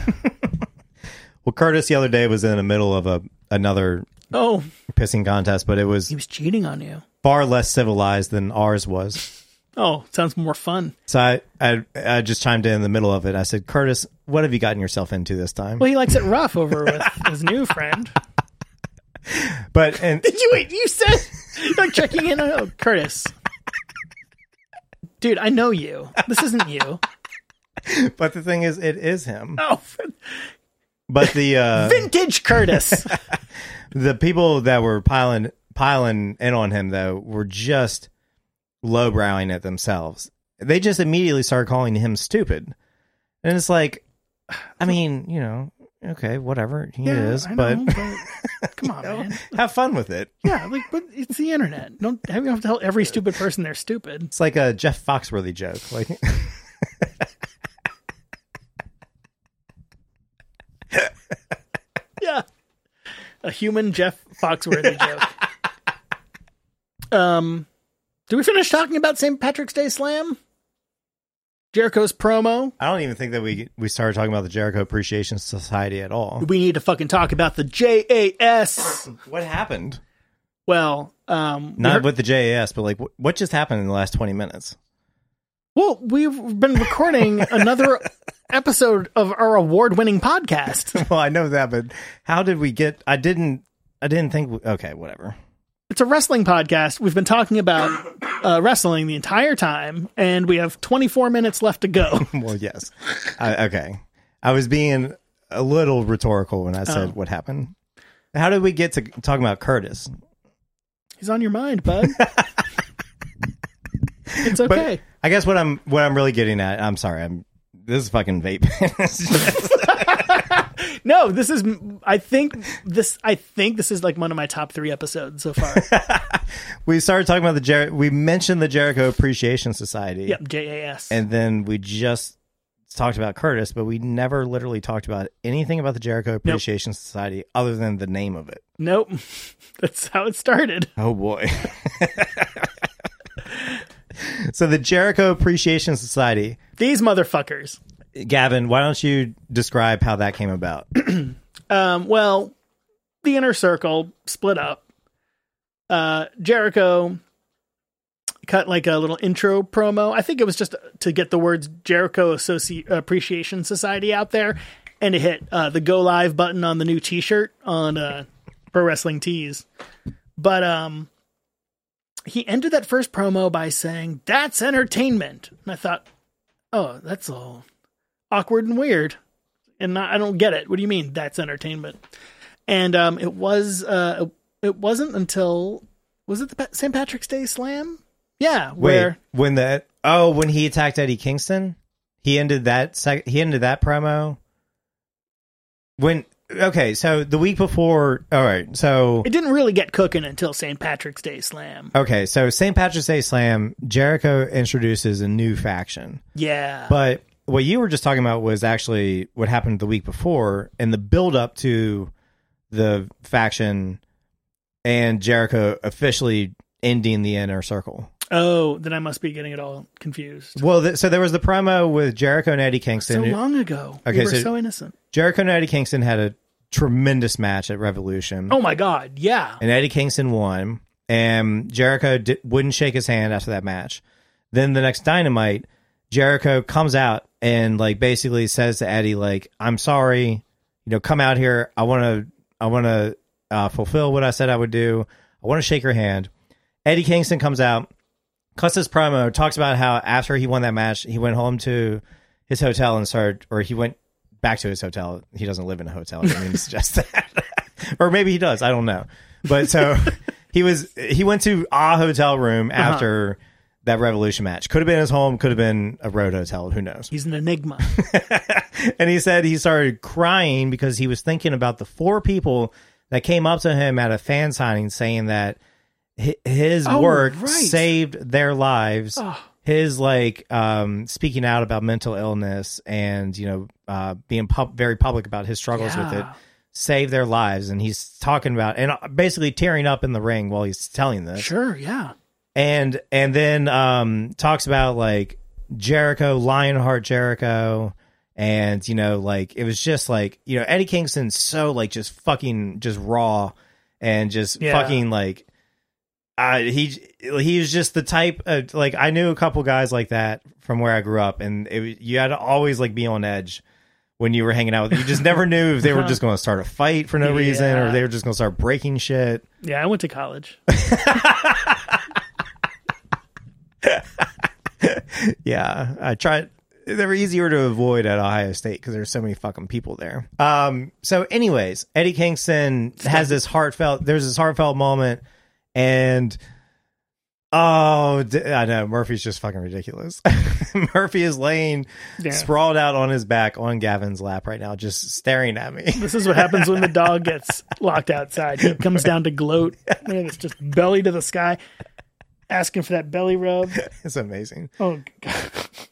[SPEAKER 4] Well, Curtis the other day was in the middle of a another
[SPEAKER 3] oh,
[SPEAKER 4] pissing contest, but it was
[SPEAKER 3] he was cheating on you.
[SPEAKER 4] far less civilized than ours was.
[SPEAKER 3] Oh, sounds more fun.
[SPEAKER 4] So I, I I just chimed in in the middle of it. I said, Curtis, what have you gotten yourself into this time?
[SPEAKER 3] Well, he likes it rough over with his new friend.
[SPEAKER 4] But and
[SPEAKER 3] Did you wait? You said like checking in. on oh, Curtis. Dude, I know you. This isn't you.
[SPEAKER 4] but the thing is, it is him.
[SPEAKER 3] Oh,
[SPEAKER 4] But the uh,
[SPEAKER 3] vintage Curtis.
[SPEAKER 4] the people that were piling piling in on him though were just lowbrowing it themselves. They just immediately started calling him stupid, and it's like, I mean, you know, okay, whatever he is,
[SPEAKER 3] I
[SPEAKER 4] but
[SPEAKER 3] know, but come on, man.
[SPEAKER 4] have fun with it.
[SPEAKER 3] Yeah, like, but it's the internet. Don't you don't have to tell every stupid person they're stupid.
[SPEAKER 4] It's like a Jeff Foxworthy joke, like.
[SPEAKER 3] Yeah, a human Jeff Foxworthy joke. Um, do we finish talking about St. Patrick's Day Slam? Jericho's promo.
[SPEAKER 4] I don't even think that we we started talking about the Jericho Appreciation Society at all.
[SPEAKER 3] We need to fucking talk about the JAS.
[SPEAKER 4] What happened?
[SPEAKER 3] Well, um, we
[SPEAKER 4] Not
[SPEAKER 3] heard-
[SPEAKER 4] with the JAS, but like, wh- what just happened in the last twenty minutes?
[SPEAKER 3] Well, we've been recording another episode of our award-winning podcast.
[SPEAKER 4] Well, I know that, but how did we get? I didn't. I didn't think. Okay, whatever.
[SPEAKER 3] It's a wrestling podcast. We've been talking about uh, wrestling the entire time, and we have 24 minutes left to go.
[SPEAKER 4] Well, yes. I, okay. I was being a little rhetorical when I
[SPEAKER 3] Oh.
[SPEAKER 4] said what happened. How did we get to talking about Curtis?
[SPEAKER 3] He's on your mind, bud. it's
[SPEAKER 4] But
[SPEAKER 3] okay.
[SPEAKER 4] I guess what I'm what I'm really getting at. I'm sorry. I'm this is fucking vape. It's just-
[SPEAKER 3] no, this is. I think this. I think this is like one of my top three episodes so far.
[SPEAKER 4] we started talking about the Jer- we mentioned the Jericho Appreciation Society.
[SPEAKER 3] yep, JAS.
[SPEAKER 4] And then we just talked about Curtis, but we never literally talked about anything about the Jericho Appreciation Society other than the name of it.
[SPEAKER 3] nope, that's how it started.
[SPEAKER 4] Oh boy. so the Jericho Appreciation Society.
[SPEAKER 3] These motherfuckers.
[SPEAKER 4] Gavin, why don't you describe how that came about?
[SPEAKER 3] Um, well, the inner circle split up. Uh, Jericho cut like a little intro promo. I think it was just to get the words Jericho Associ- Appreciation Society out there and to hit uh, the go live button on the new t shirt on uh, Pro Wrestling Tees. But um, he ended that first promo by saying, That's entertainment. And I thought, oh, that's all awkward and weird. And I I don't get it. What do you mean that's entertainment? And um, it was uh, it wasn't until was it the Pa- St. Patrick's Day Slam? Yeah,
[SPEAKER 4] Wait,
[SPEAKER 3] where
[SPEAKER 4] when that? Oh, when he attacked Eddie Kingston, he ended that. Sec- he ended that promo. When okay, so the week before. All right, so
[SPEAKER 3] it didn't really get cooking until St. Patrick's Day Slam.
[SPEAKER 4] okay, so St. Patrick's Day Slam, Jericho introduces a new faction,
[SPEAKER 3] Yeah,
[SPEAKER 4] but what you were just talking about was actually what happened the week before and the build up to the faction and Jericho officially ending the inner circle.
[SPEAKER 3] oh, then I must be getting it all confused.
[SPEAKER 4] Well, th- so there was the promo with Jericho and Eddie Kingston.
[SPEAKER 3] So long ago,
[SPEAKER 4] Okay,
[SPEAKER 3] we were
[SPEAKER 4] so-
[SPEAKER 3] so, innocent.
[SPEAKER 4] Jericho and Eddie Kingston had a tremendous match at Revolution,
[SPEAKER 3] Oh my God, yeah,
[SPEAKER 4] and Eddie Kingston won. And Jericho di- wouldn't shake his hand after that match. Then the next Dynamite, Jericho comes out and like basically says to Eddie, like, "I'm sorry, you know, come out here. I want to, I want to uh, fulfill what I said I would do. I want to shake your hand." Eddie Kingston comes out, cuts his promo, talks about how after he won that match, he went home to his hotel and started, or he went back to his hotel. He doesn't live in a hotel. I didn't mean to suggest that, or maybe he does. I don't know. But so he was, he went to a hotel room after that Revolution match. Could have been his home. Could have been a road hotel. Who knows?
[SPEAKER 3] he's an enigma.
[SPEAKER 4] and he said he started crying because he was thinking about the four people that came up to him at a fan signing saying that hi- his
[SPEAKER 3] Oh,
[SPEAKER 4] work
[SPEAKER 3] right.
[SPEAKER 4] saved their lives. His like um, speaking out about mental illness and you know uh, being pub- very public about his struggles with it
[SPEAKER 3] Yeah.
[SPEAKER 4] saved their lives, and he's talking about and uh, basically tearing up in the ring while he's telling this
[SPEAKER 3] sure, yeah.
[SPEAKER 4] and and then um talks about like Jericho, Lionheart Jericho, and you know, like it was just like you know Eddie Kingston's so like just fucking just raw and just
[SPEAKER 3] Yeah.
[SPEAKER 4] fucking like uh, he he was just the type of like I knew a couple guys like that from where I grew up, and it was- you had to always like be on edge when you were hanging out with. You just never knew if they were just going to start a fight for no reason or
[SPEAKER 3] Yeah.
[SPEAKER 4] they were just going to start breaking shit.
[SPEAKER 3] Yeah, I went to college.
[SPEAKER 4] Yeah, I tried. They were easier to avoid at Ohio State because there's so many fucking people there. Um. So, anyways, Eddie Kingston has this heartfelt. There's this heartfelt moment, and oh, d- I know Murphy's just fucking ridiculous. Murphy is laying
[SPEAKER 3] Yeah.
[SPEAKER 4] sprawled out on his back on Gavin's lap right now, just staring at me.
[SPEAKER 3] This is what happens when the dog gets locked outside. He comes down to gloat. Man, it's just belly to the sky, asking for that belly rub.
[SPEAKER 4] it's amazing.
[SPEAKER 3] Oh, God.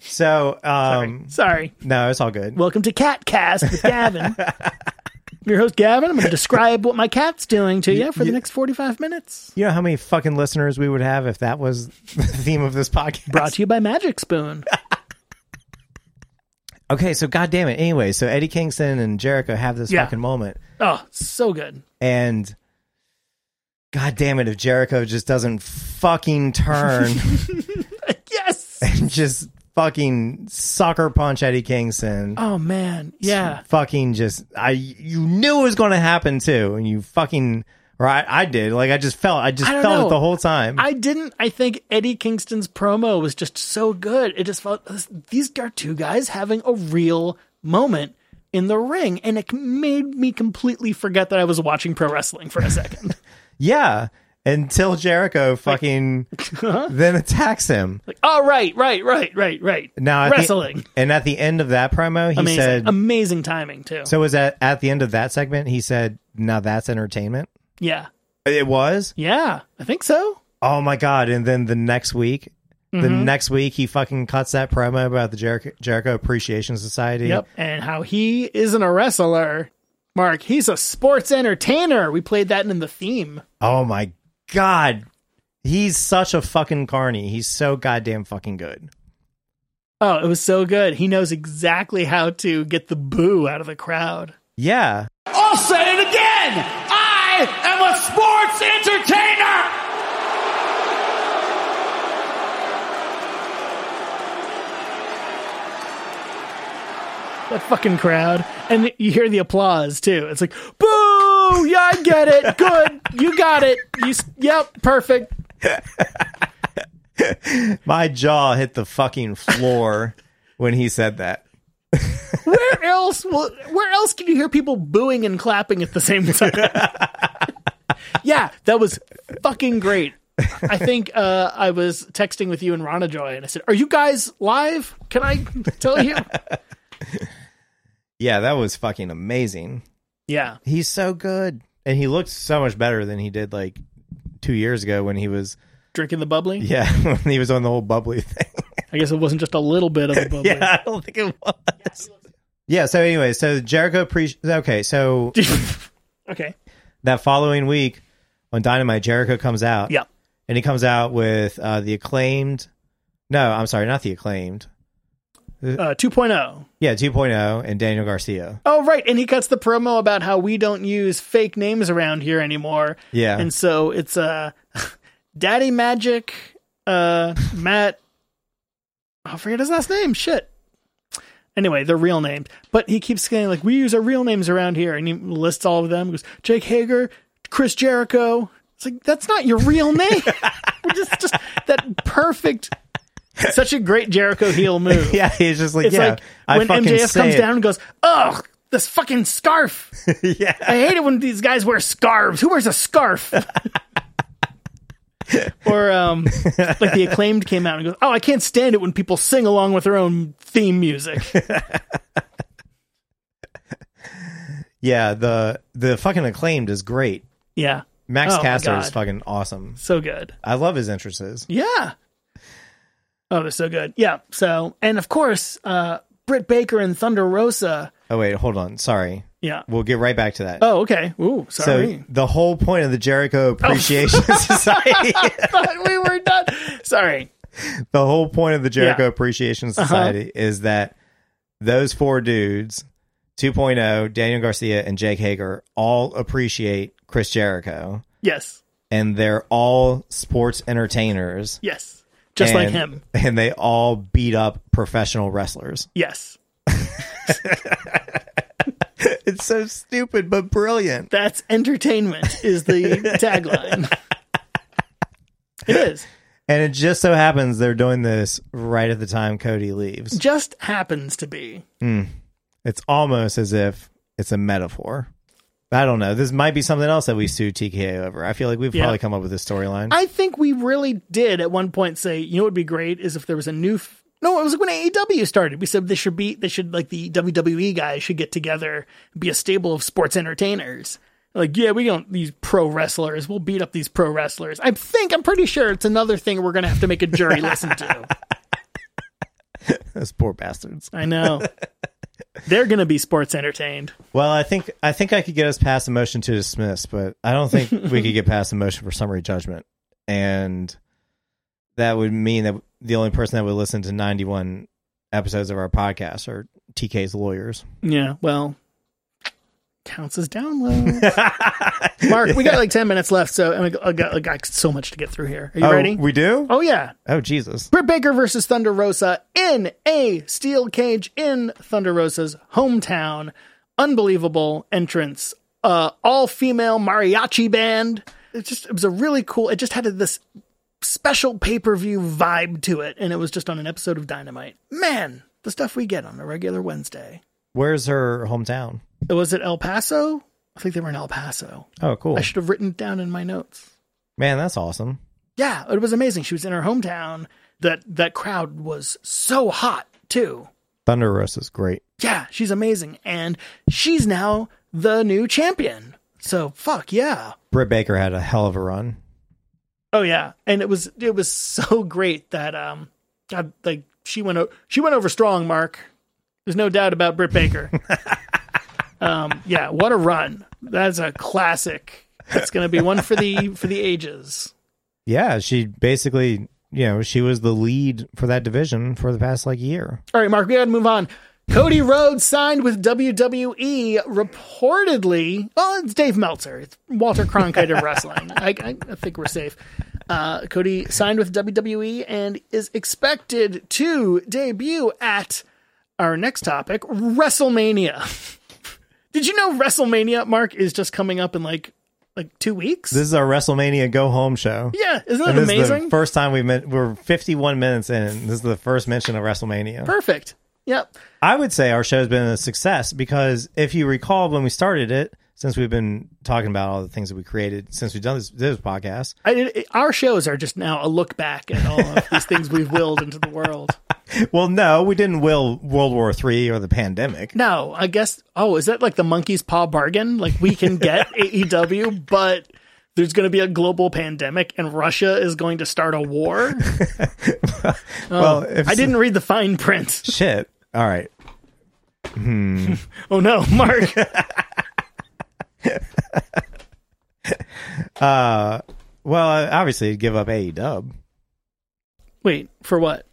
[SPEAKER 4] So, um,
[SPEAKER 3] sorry.
[SPEAKER 4] no, it's all good.
[SPEAKER 3] Welcome to Cat Cast with Gavin. I'm Your host Gavin. I'm going to describe what my cat's doing to you for the next 45 minutes.
[SPEAKER 4] you know how many fucking listeners we would have if that was the theme of this podcast.
[SPEAKER 3] Brought to you by Magic Spoon.
[SPEAKER 4] Okay, so God damn it. Anyway, so Eddie Kingston and Jericho have this
[SPEAKER 3] Yeah.
[SPEAKER 4] fucking moment,
[SPEAKER 3] Oh, so good.
[SPEAKER 4] and God damn it, if Jericho just doesn't fucking turn
[SPEAKER 3] Yes.
[SPEAKER 4] and just fucking sucker punch Eddie Kingston,
[SPEAKER 3] Oh man. Yeah.
[SPEAKER 4] fucking just I you knew it was going to happen too, and you fucking or I, I did like I just felt I just
[SPEAKER 3] I don't
[SPEAKER 4] felt it
[SPEAKER 3] know.
[SPEAKER 4] the whole time.
[SPEAKER 3] I didn't. I think Eddie Kingston's promo was just so good. It just felt these are two guys having a real moment in the ring, and it made me completely forget that I was watching pro wrestling for a second.
[SPEAKER 4] yeah, until Jericho fucking
[SPEAKER 3] Uh-huh.
[SPEAKER 4] then attacks him.
[SPEAKER 3] like, oh right, right, right, right, right.
[SPEAKER 4] Now at the-
[SPEAKER 3] wrestling,
[SPEAKER 4] and at the end of that promo, he
[SPEAKER 3] amazing,
[SPEAKER 4] said.
[SPEAKER 3] amazing timing too.
[SPEAKER 4] So was that at the end of that segment? He said, "Now that's entertainment."
[SPEAKER 3] yeah,
[SPEAKER 4] It was.
[SPEAKER 3] yeah, I think so.
[SPEAKER 4] Oh my god! And then the next week, the next week, he fucking cuts that promo about the Jericho, Jericho Appreciation Society.
[SPEAKER 3] Yep. And how he isn't a wrestler, Mark. He's a sports entertainer. We played that in the theme.
[SPEAKER 4] Oh my god, he's such a fucking carny. He's so goddamn fucking good.
[SPEAKER 3] Oh, it was so good. He knows exactly how to get the boo out of the crowd.
[SPEAKER 4] Yeah.
[SPEAKER 1] I'll say it again. I am a sports entertainer.
[SPEAKER 3] That fucking crowd. And you hear the applause too. It's like, boo! Yeah, I get it. Good. You got it. You, s- yep, perfect.
[SPEAKER 4] My jaw hit the fucking floor. when he said that.
[SPEAKER 3] Where else? Will, where else can you hear people booing and clapping at the same time? yeah, that was fucking great. I think uh, I was texting with you and Rana Joy, and I said, "Are you guys live? Can I tell you?"
[SPEAKER 4] Yeah, that was fucking amazing.
[SPEAKER 3] Yeah,
[SPEAKER 4] He's so good, and he looks so much better than he did like two years ago when he was
[SPEAKER 3] drinking the bubbly.
[SPEAKER 4] yeah when he was on the whole bubbly thing.
[SPEAKER 3] I guess it wasn't just a little bit of a bubbly.
[SPEAKER 4] Yeah, I don't think it was. Yeah. So anyway, so Jericho pre. Okay, so
[SPEAKER 3] okay.
[SPEAKER 4] that following week on Dynamite, Jericho comes out.
[SPEAKER 3] Yeah.
[SPEAKER 4] and he comes out with uh, the acclaimed. No, I'm sorry, not the acclaimed.
[SPEAKER 3] Uh, 2.0.
[SPEAKER 4] Yeah, 2.0 and Daniel Garcia.
[SPEAKER 3] Oh, right. And he cuts the promo about how we don't use fake names around here anymore.
[SPEAKER 4] Yeah.
[SPEAKER 3] And so it's uh, Daddy Magic, uh, Matt. oh, I forget his last name. Shit. Anyway, they're real names. But he keeps saying, like, we use our real names around here. And he lists all of them. He goes, Jake Hager, Chris Jericho. It's like, that's not your real name. just, just that perfect, such a great Jericho heel move.
[SPEAKER 4] Yeah, he's just like,
[SPEAKER 3] It's
[SPEAKER 4] yeah,
[SPEAKER 3] like
[SPEAKER 4] I
[SPEAKER 3] when
[SPEAKER 4] fucking
[SPEAKER 3] MJF
[SPEAKER 4] say
[SPEAKER 3] comes
[SPEAKER 4] it.
[SPEAKER 3] down and goes, "Ugh, this fucking scarf."
[SPEAKER 4] yeah,
[SPEAKER 3] I hate it when these guys wear scarves. Who wears a scarf? or um, like the acclaimed came out and goes, "Oh, I can't stand it when people sing along with their own theme music."
[SPEAKER 4] yeah. The the fucking acclaimed is great.
[SPEAKER 3] Yeah,
[SPEAKER 4] Max
[SPEAKER 3] Oh, my
[SPEAKER 4] Caster is
[SPEAKER 3] God.
[SPEAKER 4] fucking awesome.
[SPEAKER 3] so good.
[SPEAKER 4] I love his entrances.
[SPEAKER 3] Yeah. Oh, they're so good. Yeah. So, and of course, uh, Britt Baker and Thunder Rosa.
[SPEAKER 4] Oh wait, hold on. Sorry,
[SPEAKER 3] Yeah.
[SPEAKER 4] we'll get right back to that.
[SPEAKER 3] Oh, okay. Ooh, sorry.
[SPEAKER 4] so the whole point of the Jericho
[SPEAKER 3] Oh.
[SPEAKER 4] Appreciation Society,
[SPEAKER 3] thought we were done. Sorry.
[SPEAKER 4] the whole point of the Jericho
[SPEAKER 3] Yeah. Uh-huh.
[SPEAKER 4] Appreciation Society is that those four dudes, 2.0, Daniel Garcia and Jake Hager, all appreciate Chris Jericho,
[SPEAKER 3] Yes.
[SPEAKER 4] and they're all sports entertainers.
[SPEAKER 3] Yes. Just like
[SPEAKER 4] and-
[SPEAKER 3] him.
[SPEAKER 4] And they all beat up professional wrestlers.
[SPEAKER 3] Yes.
[SPEAKER 4] It's so stupid, but brilliant.
[SPEAKER 3] That's entertainment is the tagline. It is.
[SPEAKER 4] And it just so happens they're doing this right at the time Cody leaves.
[SPEAKER 3] Just happens to be.
[SPEAKER 4] It's almost as if it's a metaphor. I don't know. This might be something else that we sue TKO over. I feel like we've
[SPEAKER 3] Yeah.
[SPEAKER 4] probably come up with this storyline.
[SPEAKER 3] I think we really did at one point say, you know what would be great is if there was a new f- No, it was when AEW started. We said they should be they should like the WWE guys should get together, be a stable of sports entertainers. Like, yeah, we don't these pro wrestlers. We'll beat up these pro wrestlers. I think I'm pretty sure it's another thing we're gonna have to make a jury listen to.
[SPEAKER 4] Those poor bastards.
[SPEAKER 3] I know. They're gonna be sports entertained.
[SPEAKER 4] Well, I think I think I could get us past the motion to dismiss, but I don't think we could get past the motion for summary judgment. And that would mean that the only person that would listen to 91 episodes of our podcast are TK's lawyers.
[SPEAKER 3] Yeah, well, counts as downloads. Mark, we got like 10 minutes left, so and I got, I got so much to get through here. Are you ready?
[SPEAKER 4] Oh, We do?
[SPEAKER 3] oh, yeah.
[SPEAKER 4] Oh, Jesus.
[SPEAKER 3] Britt Baker versus Thunder Rosa in a steel cage in Thunder Rosa's hometown. Unbelievable entrance. Uh, all female mariachi band. It just it was a really cool. It just had this special pay per view vibe to it, and it was just on an episode of Dynamite. Man, the stuff we get on a regular Wednesday. Uh,
[SPEAKER 4] Where's her hometown?
[SPEAKER 3] Was it El Paso? I think they were in El Paso.
[SPEAKER 4] Oh, cool.
[SPEAKER 3] I should have written it down in my notes.
[SPEAKER 4] Man, that's awesome.
[SPEAKER 3] Yeah, it was amazing. She was in her hometown. That that crowd was so hot too.
[SPEAKER 4] Thunder Rosa is great.
[SPEAKER 3] Yeah, she's amazing, and she's now the new champion. So fuck yeah.
[SPEAKER 4] Britt Baker had a hell of a run.
[SPEAKER 3] Oh yeah, and it was it was so great that um, God, like she went o- she went over strong. Mark, there's no doubt about Britt Baker. um, yeah, what a run! That's a classic. That's gonna be one for the for the ages.
[SPEAKER 4] Yeah, she basically, you know, she was the lead for that division for the past like year.
[SPEAKER 3] All right, Mark, we gotta move on. Cody Rhodes signed with WWE reportedly. Well, it's Dave Meltzer. It's Walter Cronkite of wrestling. I, I, I think we're safe. Uh, Cody signed with WWE and is expected to debut at our next topic WrestleMania. Did you know WrestleMania, Mark, is just coming up in like like two weeks.
[SPEAKER 4] This is our WrestleMania go home show.
[SPEAKER 3] yeah, isn't that
[SPEAKER 4] And this is
[SPEAKER 3] amazing?
[SPEAKER 4] the first time we've met. We're 51 minutes in. and This is the first mention of WrestleMania.
[SPEAKER 3] Perfect. Yep.
[SPEAKER 4] I would say our show's been a success because if you recall when we started it, since we've been talking about all the things that we created since we've done this, this podcast,
[SPEAKER 3] I, it, our shows are just now a look back at all of these things we've willed into the world.
[SPEAKER 4] well, no, we didn't will World War Three or the pandemic.
[SPEAKER 3] No, I guess. Oh, is that like the monkey's paw bargain? Like we can get AEW, but there's going to be a global pandemic and Russia is going to start a war. Oh,
[SPEAKER 4] well, if
[SPEAKER 3] I didn't read the fine print.
[SPEAKER 4] shit. All right,
[SPEAKER 3] Oh no, Mark.
[SPEAKER 4] Uh, well, I- obviously, you'd give up E AE Dub
[SPEAKER 3] Wait for what?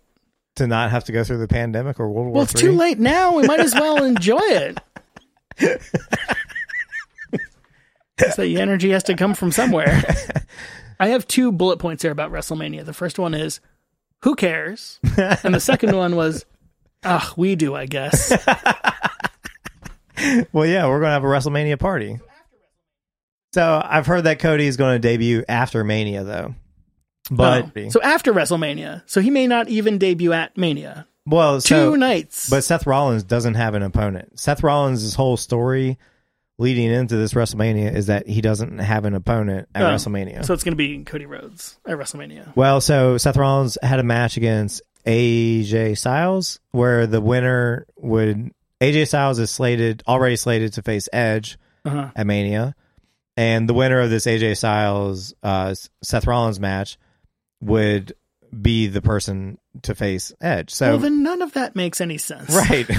[SPEAKER 4] to not have to go through the pandemic or World War.
[SPEAKER 3] Well, it's
[SPEAKER 4] III.
[SPEAKER 3] too late now. We might as well enjoy it. so the energy has to come from somewhere. I have two bullet points here about WrestleMania. The first one is, who cares? And the second one was, ah, we do, I guess.
[SPEAKER 4] Well, yeah, we're gonna have a WrestleMania party. So I've heard that Cody is going to debut after Mania, though. But
[SPEAKER 3] Oh, so after WrestleMania, so he may not even debut at Mania. Two
[SPEAKER 4] well, so,
[SPEAKER 3] nights.
[SPEAKER 4] But Seth Rollins doesn't have an opponent. Seth Rollins' whole story leading into this WrestleMania is that he doesn't have an opponent at
[SPEAKER 3] Oh,
[SPEAKER 4] WrestleMania.
[SPEAKER 3] So it's going to be Cody Rhodes at WrestleMania.
[SPEAKER 4] well, so Seth Rollins had a match against AJ Styles where the winner would AJ Styles is slated already slated to face Edge
[SPEAKER 3] Uh-huh.
[SPEAKER 4] at Mania, and the winner of this AJ Styles uh, Seth Rollins match would be the person to face Edge. So
[SPEAKER 3] Well, then none of that makes any sense.
[SPEAKER 4] right,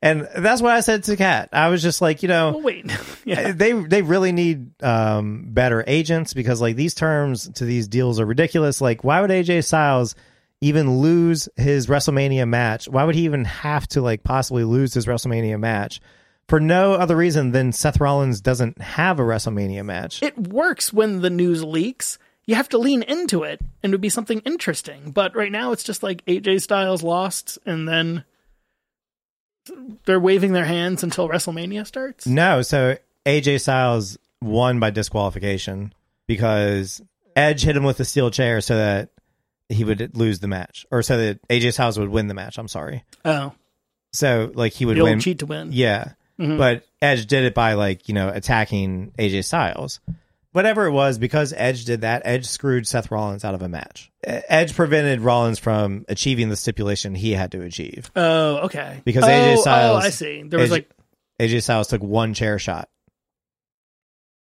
[SPEAKER 4] and that's what I said to Kat. I was just like, you know,
[SPEAKER 3] Well, wait. yeah.
[SPEAKER 4] Uh, they they really need um, better agents because like these terms to these deals are ridiculous. Like, why would AJ Styles even lose his WrestleMania match? Why would he even have to like possibly lose his WrestleMania match for no other reason than Seth Rollins doesn't have a WrestleMania match?
[SPEAKER 3] it works when the news leaks. You have to lean into it, and it would be something interesting. But right now, it's just like AJ Styles lost, and then they're waving their hands until WrestleMania starts.
[SPEAKER 4] No, so AJ Styles won by disqualification because Edge hit him with a steel chair so that he would lose the match, or so that AJ Styles would win the match. I'm sorry.
[SPEAKER 3] Oh,
[SPEAKER 4] So like he would
[SPEAKER 3] the
[SPEAKER 4] win.
[SPEAKER 3] old cheat to win.
[SPEAKER 4] Yeah.
[SPEAKER 3] Mm-hmm.
[SPEAKER 4] But Edge did it by like, you know, attacking AJ Styles. Whatever it was, because Edge did that, Edge screwed Seth Rollins out of a match. E- Edge prevented Rollins from achieving the stipulation he had to achieve.
[SPEAKER 3] Oh, okay.
[SPEAKER 4] Because
[SPEAKER 3] oh,
[SPEAKER 4] AJ
[SPEAKER 3] Oh,
[SPEAKER 4] Styles-
[SPEAKER 3] I see. There was
[SPEAKER 4] AJ
[SPEAKER 3] like,
[SPEAKER 4] AJ Styles took one chair shot.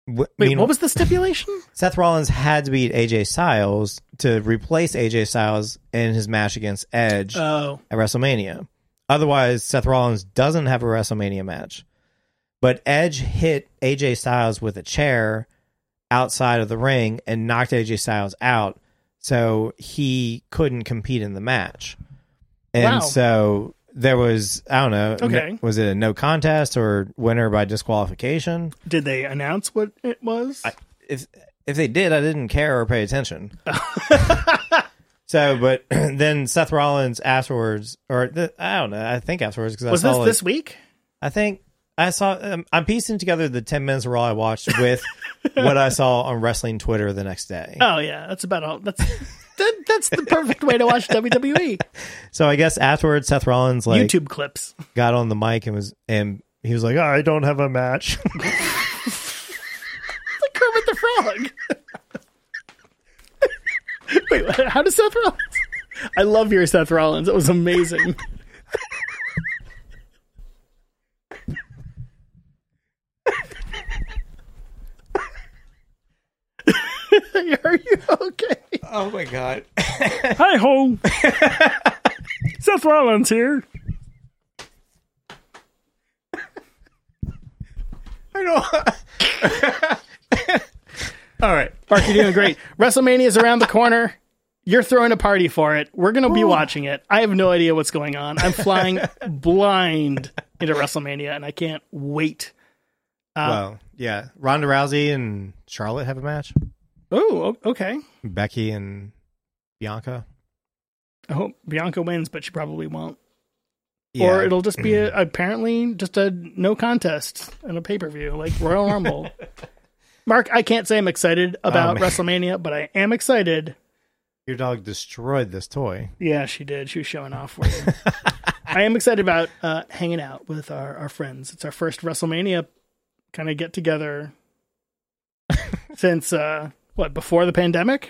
[SPEAKER 4] Wh-
[SPEAKER 3] wait,
[SPEAKER 4] meanwhile-
[SPEAKER 3] what was the stipulation?
[SPEAKER 4] Seth Rollins had to beat AJ Styles to replace AJ Styles in his match against Edge
[SPEAKER 3] oh,
[SPEAKER 4] at WrestleMania. Otherwise, Seth Rollins doesn't have a WrestleMania match. But Edge hit AJ Styles with a chair outside of the ring and knocked AJ Styles out, so he couldn't compete in the match. And
[SPEAKER 3] Wow.
[SPEAKER 4] so there was, I don't know,
[SPEAKER 3] Okay.
[SPEAKER 4] n- was it a no contest or winner by disqualification?
[SPEAKER 3] did they announce what it was?
[SPEAKER 4] if if they did, I didn't care or pay attention. so, but then Seth Rollins afterwards, or the, I don't know, I think afterwards because I
[SPEAKER 3] was
[SPEAKER 4] saw
[SPEAKER 3] this
[SPEAKER 4] like,
[SPEAKER 3] this week?
[SPEAKER 4] I think I saw. Um, I'm piecing together the ten minutes of Raw I watched with what I saw on wrestling Twitter the next day.
[SPEAKER 3] Oh yeah, that's about all. That's that, that's the perfect way to watch WWE.
[SPEAKER 4] So I guess afterwards, Seth Rollins like
[SPEAKER 3] YouTube clips.
[SPEAKER 4] got on the mic and was and he was like, "Oh, "I don't have a match."
[SPEAKER 3] like Kermit the Frog. Wait, what- how does Seth Rollins? I love your Seth Rollins. It was amazing. Are you okay?
[SPEAKER 4] oh my god!
[SPEAKER 3] Hi ho. Seth Rollins here.
[SPEAKER 4] I don't. All right.
[SPEAKER 3] Mark, you're doing great. WrestleMania is around the corner. You're throwing a party for it. We're going to be watching it. I have no idea what's going on. I'm flying blind into WrestleMania, and I can't wait. Uh.
[SPEAKER 4] well, yeah. Ronda Rousey and Charlotte have a match.
[SPEAKER 3] Oh, o- okay.
[SPEAKER 4] Becky and Bianca.
[SPEAKER 3] I hope Bianca wins, but she probably won't.
[SPEAKER 4] Yeah. Mm.
[SPEAKER 3] Or it'll just be a, apparently just a no contest and a pay per view like Royal Rumble. Mark, I can't say I'm excited about
[SPEAKER 4] man.
[SPEAKER 3] WrestleMania, but I am excited.
[SPEAKER 4] Your dog destroyed this toy.
[SPEAKER 3] Yeah, she did. She was showing off for you. I am excited about uh, hanging out with our, our friends. It's our first WrestleMania kind of get together since uh, what before the pandemic.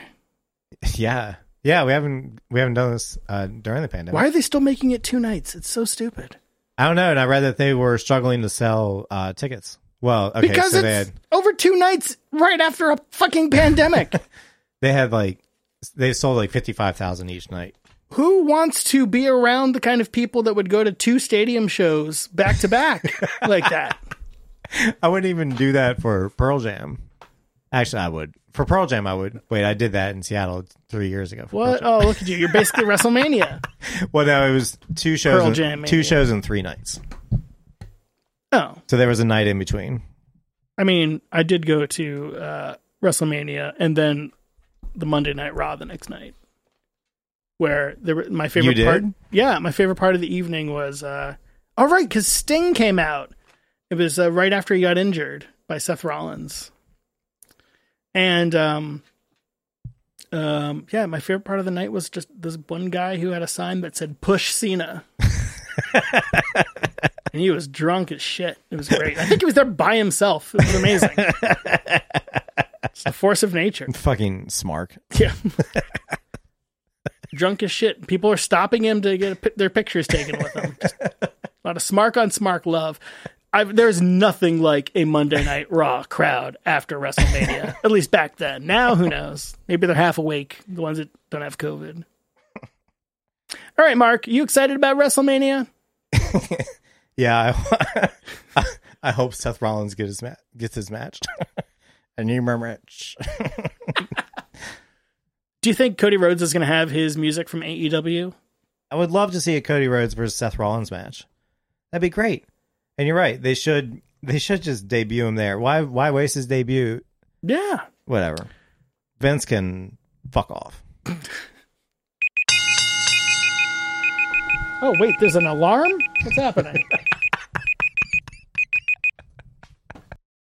[SPEAKER 4] Yeah. Yeah, we haven't we haven't done this uh, during the pandemic.
[SPEAKER 3] Why are they still making it two nights? It's so stupid.
[SPEAKER 4] I don't know, and I read that they were struggling to sell uh, tickets. Well, okay,
[SPEAKER 3] because
[SPEAKER 4] so they
[SPEAKER 3] it's
[SPEAKER 4] had
[SPEAKER 3] over two nights right after a fucking pandemic.
[SPEAKER 4] they had like they sold like fifty five thousand each night.
[SPEAKER 3] Who wants to be around the kind of people that would go to two stadium shows back to back like that?
[SPEAKER 4] I wouldn't even do that for Pearl Jam. Actually, I would for Pearl Jam. I would wait. I did that in Seattle three years ago. For
[SPEAKER 3] What? Oh, look at you. You're basically WrestleMania.
[SPEAKER 4] Pearl- Well, no, it was two shows.
[SPEAKER 3] Pearl
[SPEAKER 4] in-
[SPEAKER 3] Jam
[SPEAKER 4] two
[SPEAKER 3] Mania.
[SPEAKER 4] shows in three nights.
[SPEAKER 3] Oh.
[SPEAKER 4] So there was a night in between.
[SPEAKER 3] I mean, I did go to uh, WrestleMania and then the Monday Night Raw the next night, where there were, my favorite
[SPEAKER 4] You
[SPEAKER 3] part.
[SPEAKER 4] did?
[SPEAKER 3] Yeah, my favorite part of the evening was uh, all right because Sting came out. It was uh, right after he got injured by Seth Rollins, and um, um, yeah, my favorite part of the night was just this one guy who had a sign that said "Push Cena." and he was drunk as shit. It was great. I think he was there by himself. It was amazing. it's the force of nature.
[SPEAKER 4] Fucking smark.
[SPEAKER 3] Yeah. drunk as shit. People are stopping him to get a, pi- their pictures taken with him. Just a lot of smark on smark love. i there's nothing like a Monday Night Raw crowd after WrestleMania, at least back then. Now, who knows? Maybe they're half awake, the ones that don't have COVID. All right, Mark, you excited about WrestleMania?
[SPEAKER 4] Yeah, I, I hope Seth Rollins gets his ma- gets his match. a new match.
[SPEAKER 3] Do you think Cody Rhodes is going to have his music from E AEW?
[SPEAKER 4] I would love to see a Cody Rhodes versus Seth Rollins match. That'd be great. And you're right. They should they should just debut him there. Why why waste his debut?
[SPEAKER 3] Yeah.
[SPEAKER 4] Whatever. Vince can fuck off.
[SPEAKER 3] Oh, wait, there's an alarm? What's happening?